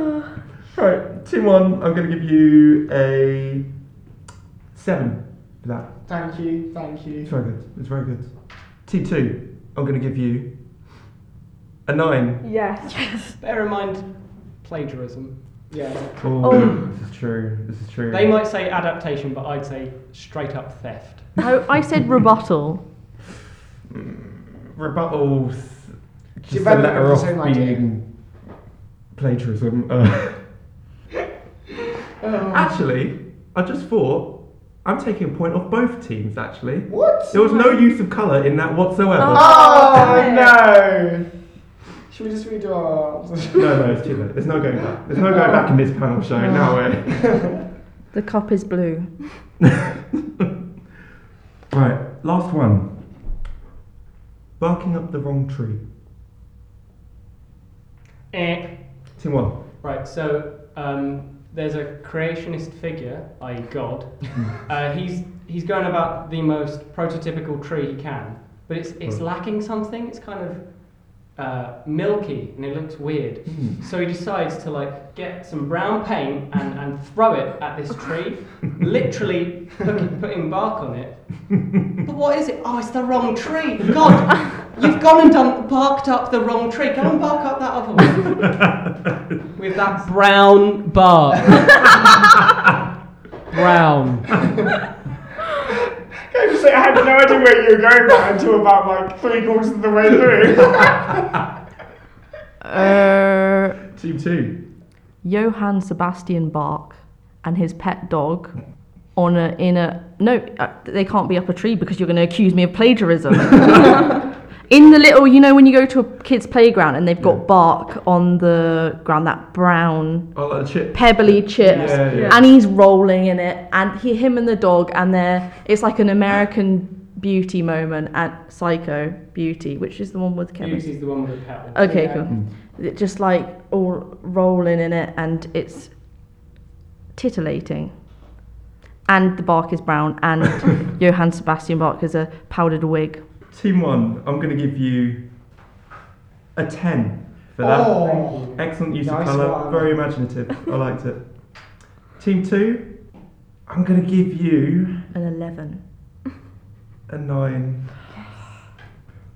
S15: Right, team one, I'm going to give you a seven for that.
S2: Thank you, thank
S15: It's
S2: you.
S15: very good. It's very good. Team two, I'm going to give you a nine.
S8: Yes.
S4: Bear in mind, plagiarism.
S2: Yeah.
S15: Oh,
S16: Oh.
S15: this is true. This is true.
S4: They might say adaptation, but I'd say straight up theft.
S16: I, I said rebuttal.
S15: rebuttal. s- Just the
S2: better have
S15: letter
S2: the
S15: off
S2: same idea.
S15: being plagiarism. Uh,
S2: Oh.
S15: actually, I just thought I'm taking a point off both teams. Actually,
S2: What?
S15: there was no use of colour in that whatsoever.
S2: Oh no! Should we just redo our answers?
S15: No, no, it's too late. There's no going back. There's no going back in this panel show.
S2: Oh.
S15: No way.
S16: The cup is blue.
S15: Right, last one. Barking up the wrong tree.
S4: Eh.
S15: Tim one.
S4: Right, so um, there's a creationist figure, i.e., God.
S15: Hmm.
S4: uh, he's he's going about the most prototypical tree he can, but it's it's
S15: Hmm.
S4: lacking something. It's kind of uh, milky and it looks weird.
S15: Hmm.
S4: So he decides to like get some brown paint and, and throw it at this tree, literally putting, putting bark on it. But what is it? Oh, it's the wrong tree. God, you've gone and done barked up the wrong tree. Go and bark up that other one with that
S17: Brown bark. Brown.
S2: I just say I had no idea where you were going with that until about like three quarters of the way through.
S16: Uh,
S15: Team two.
S16: Johann Sebastian Bach and his pet dog on a in a no, uh, they can't be up a tree because you're going to accuse me of plagiarism. in the little, you know, when you go to a kid's playground and they've got bark on the ground, that brown
S15: Oh, like the chip.
S16: pebbly chips,
S15: Yeah, yeah.
S16: and he's rolling in it, and he, him, and the dog, and they're it's like an American. Beauty moment at Psycho Beauty, which is the one with Kevin.
S4: Beauty's the one with the petal.
S16: Okay,
S4: Yeah.
S16: cool.
S4: Mm.
S15: Hmm.
S16: It just like all rolling in it, and it's titillating. And the bark is brown, and Johann Sebastian Bach is a powdered wig.
S15: Team one, I'm going to give you a 10 for that.
S2: Oh, thank you.
S15: Excellent use
S2: Nice
S15: of colour,
S2: one.
S15: very imaginative. I liked it. Team two, I'm going to give you
S16: An 11.
S15: a 9.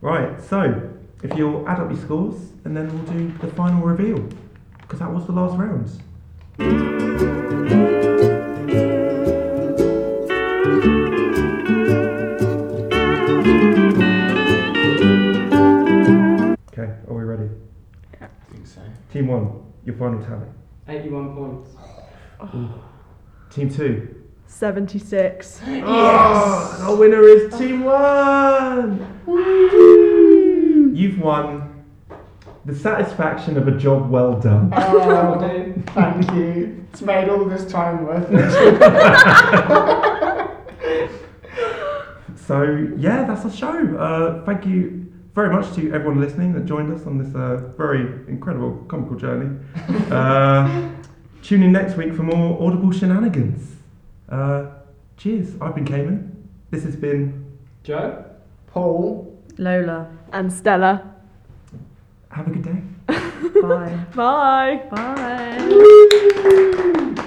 S15: Right, so if you'll add up your scores, and then we'll do the final reveal, because that was the last round. Okay, are we ready?
S2: I think so.
S15: Team one, your final tally.
S4: 81 points.
S15: Team two.
S10: 76. Yes.
S15: Oh, our winner is Team One. You've won the satisfaction of a job well done.
S2: Oh, thank you. It's made all this time worth it.
S15: So yeah, that's the show. Uh, thank you very much to everyone listening that joined us on this uh, very incredible comical journey. uh, tune in next week for more audible shenanigans. Uh, cheers. I've been Cayman. This has been
S4: Joe?
S2: Paul?
S16: Lola.
S10: And Stella.
S15: Have a good day.
S16: Bye.
S10: Bye.
S16: Bye.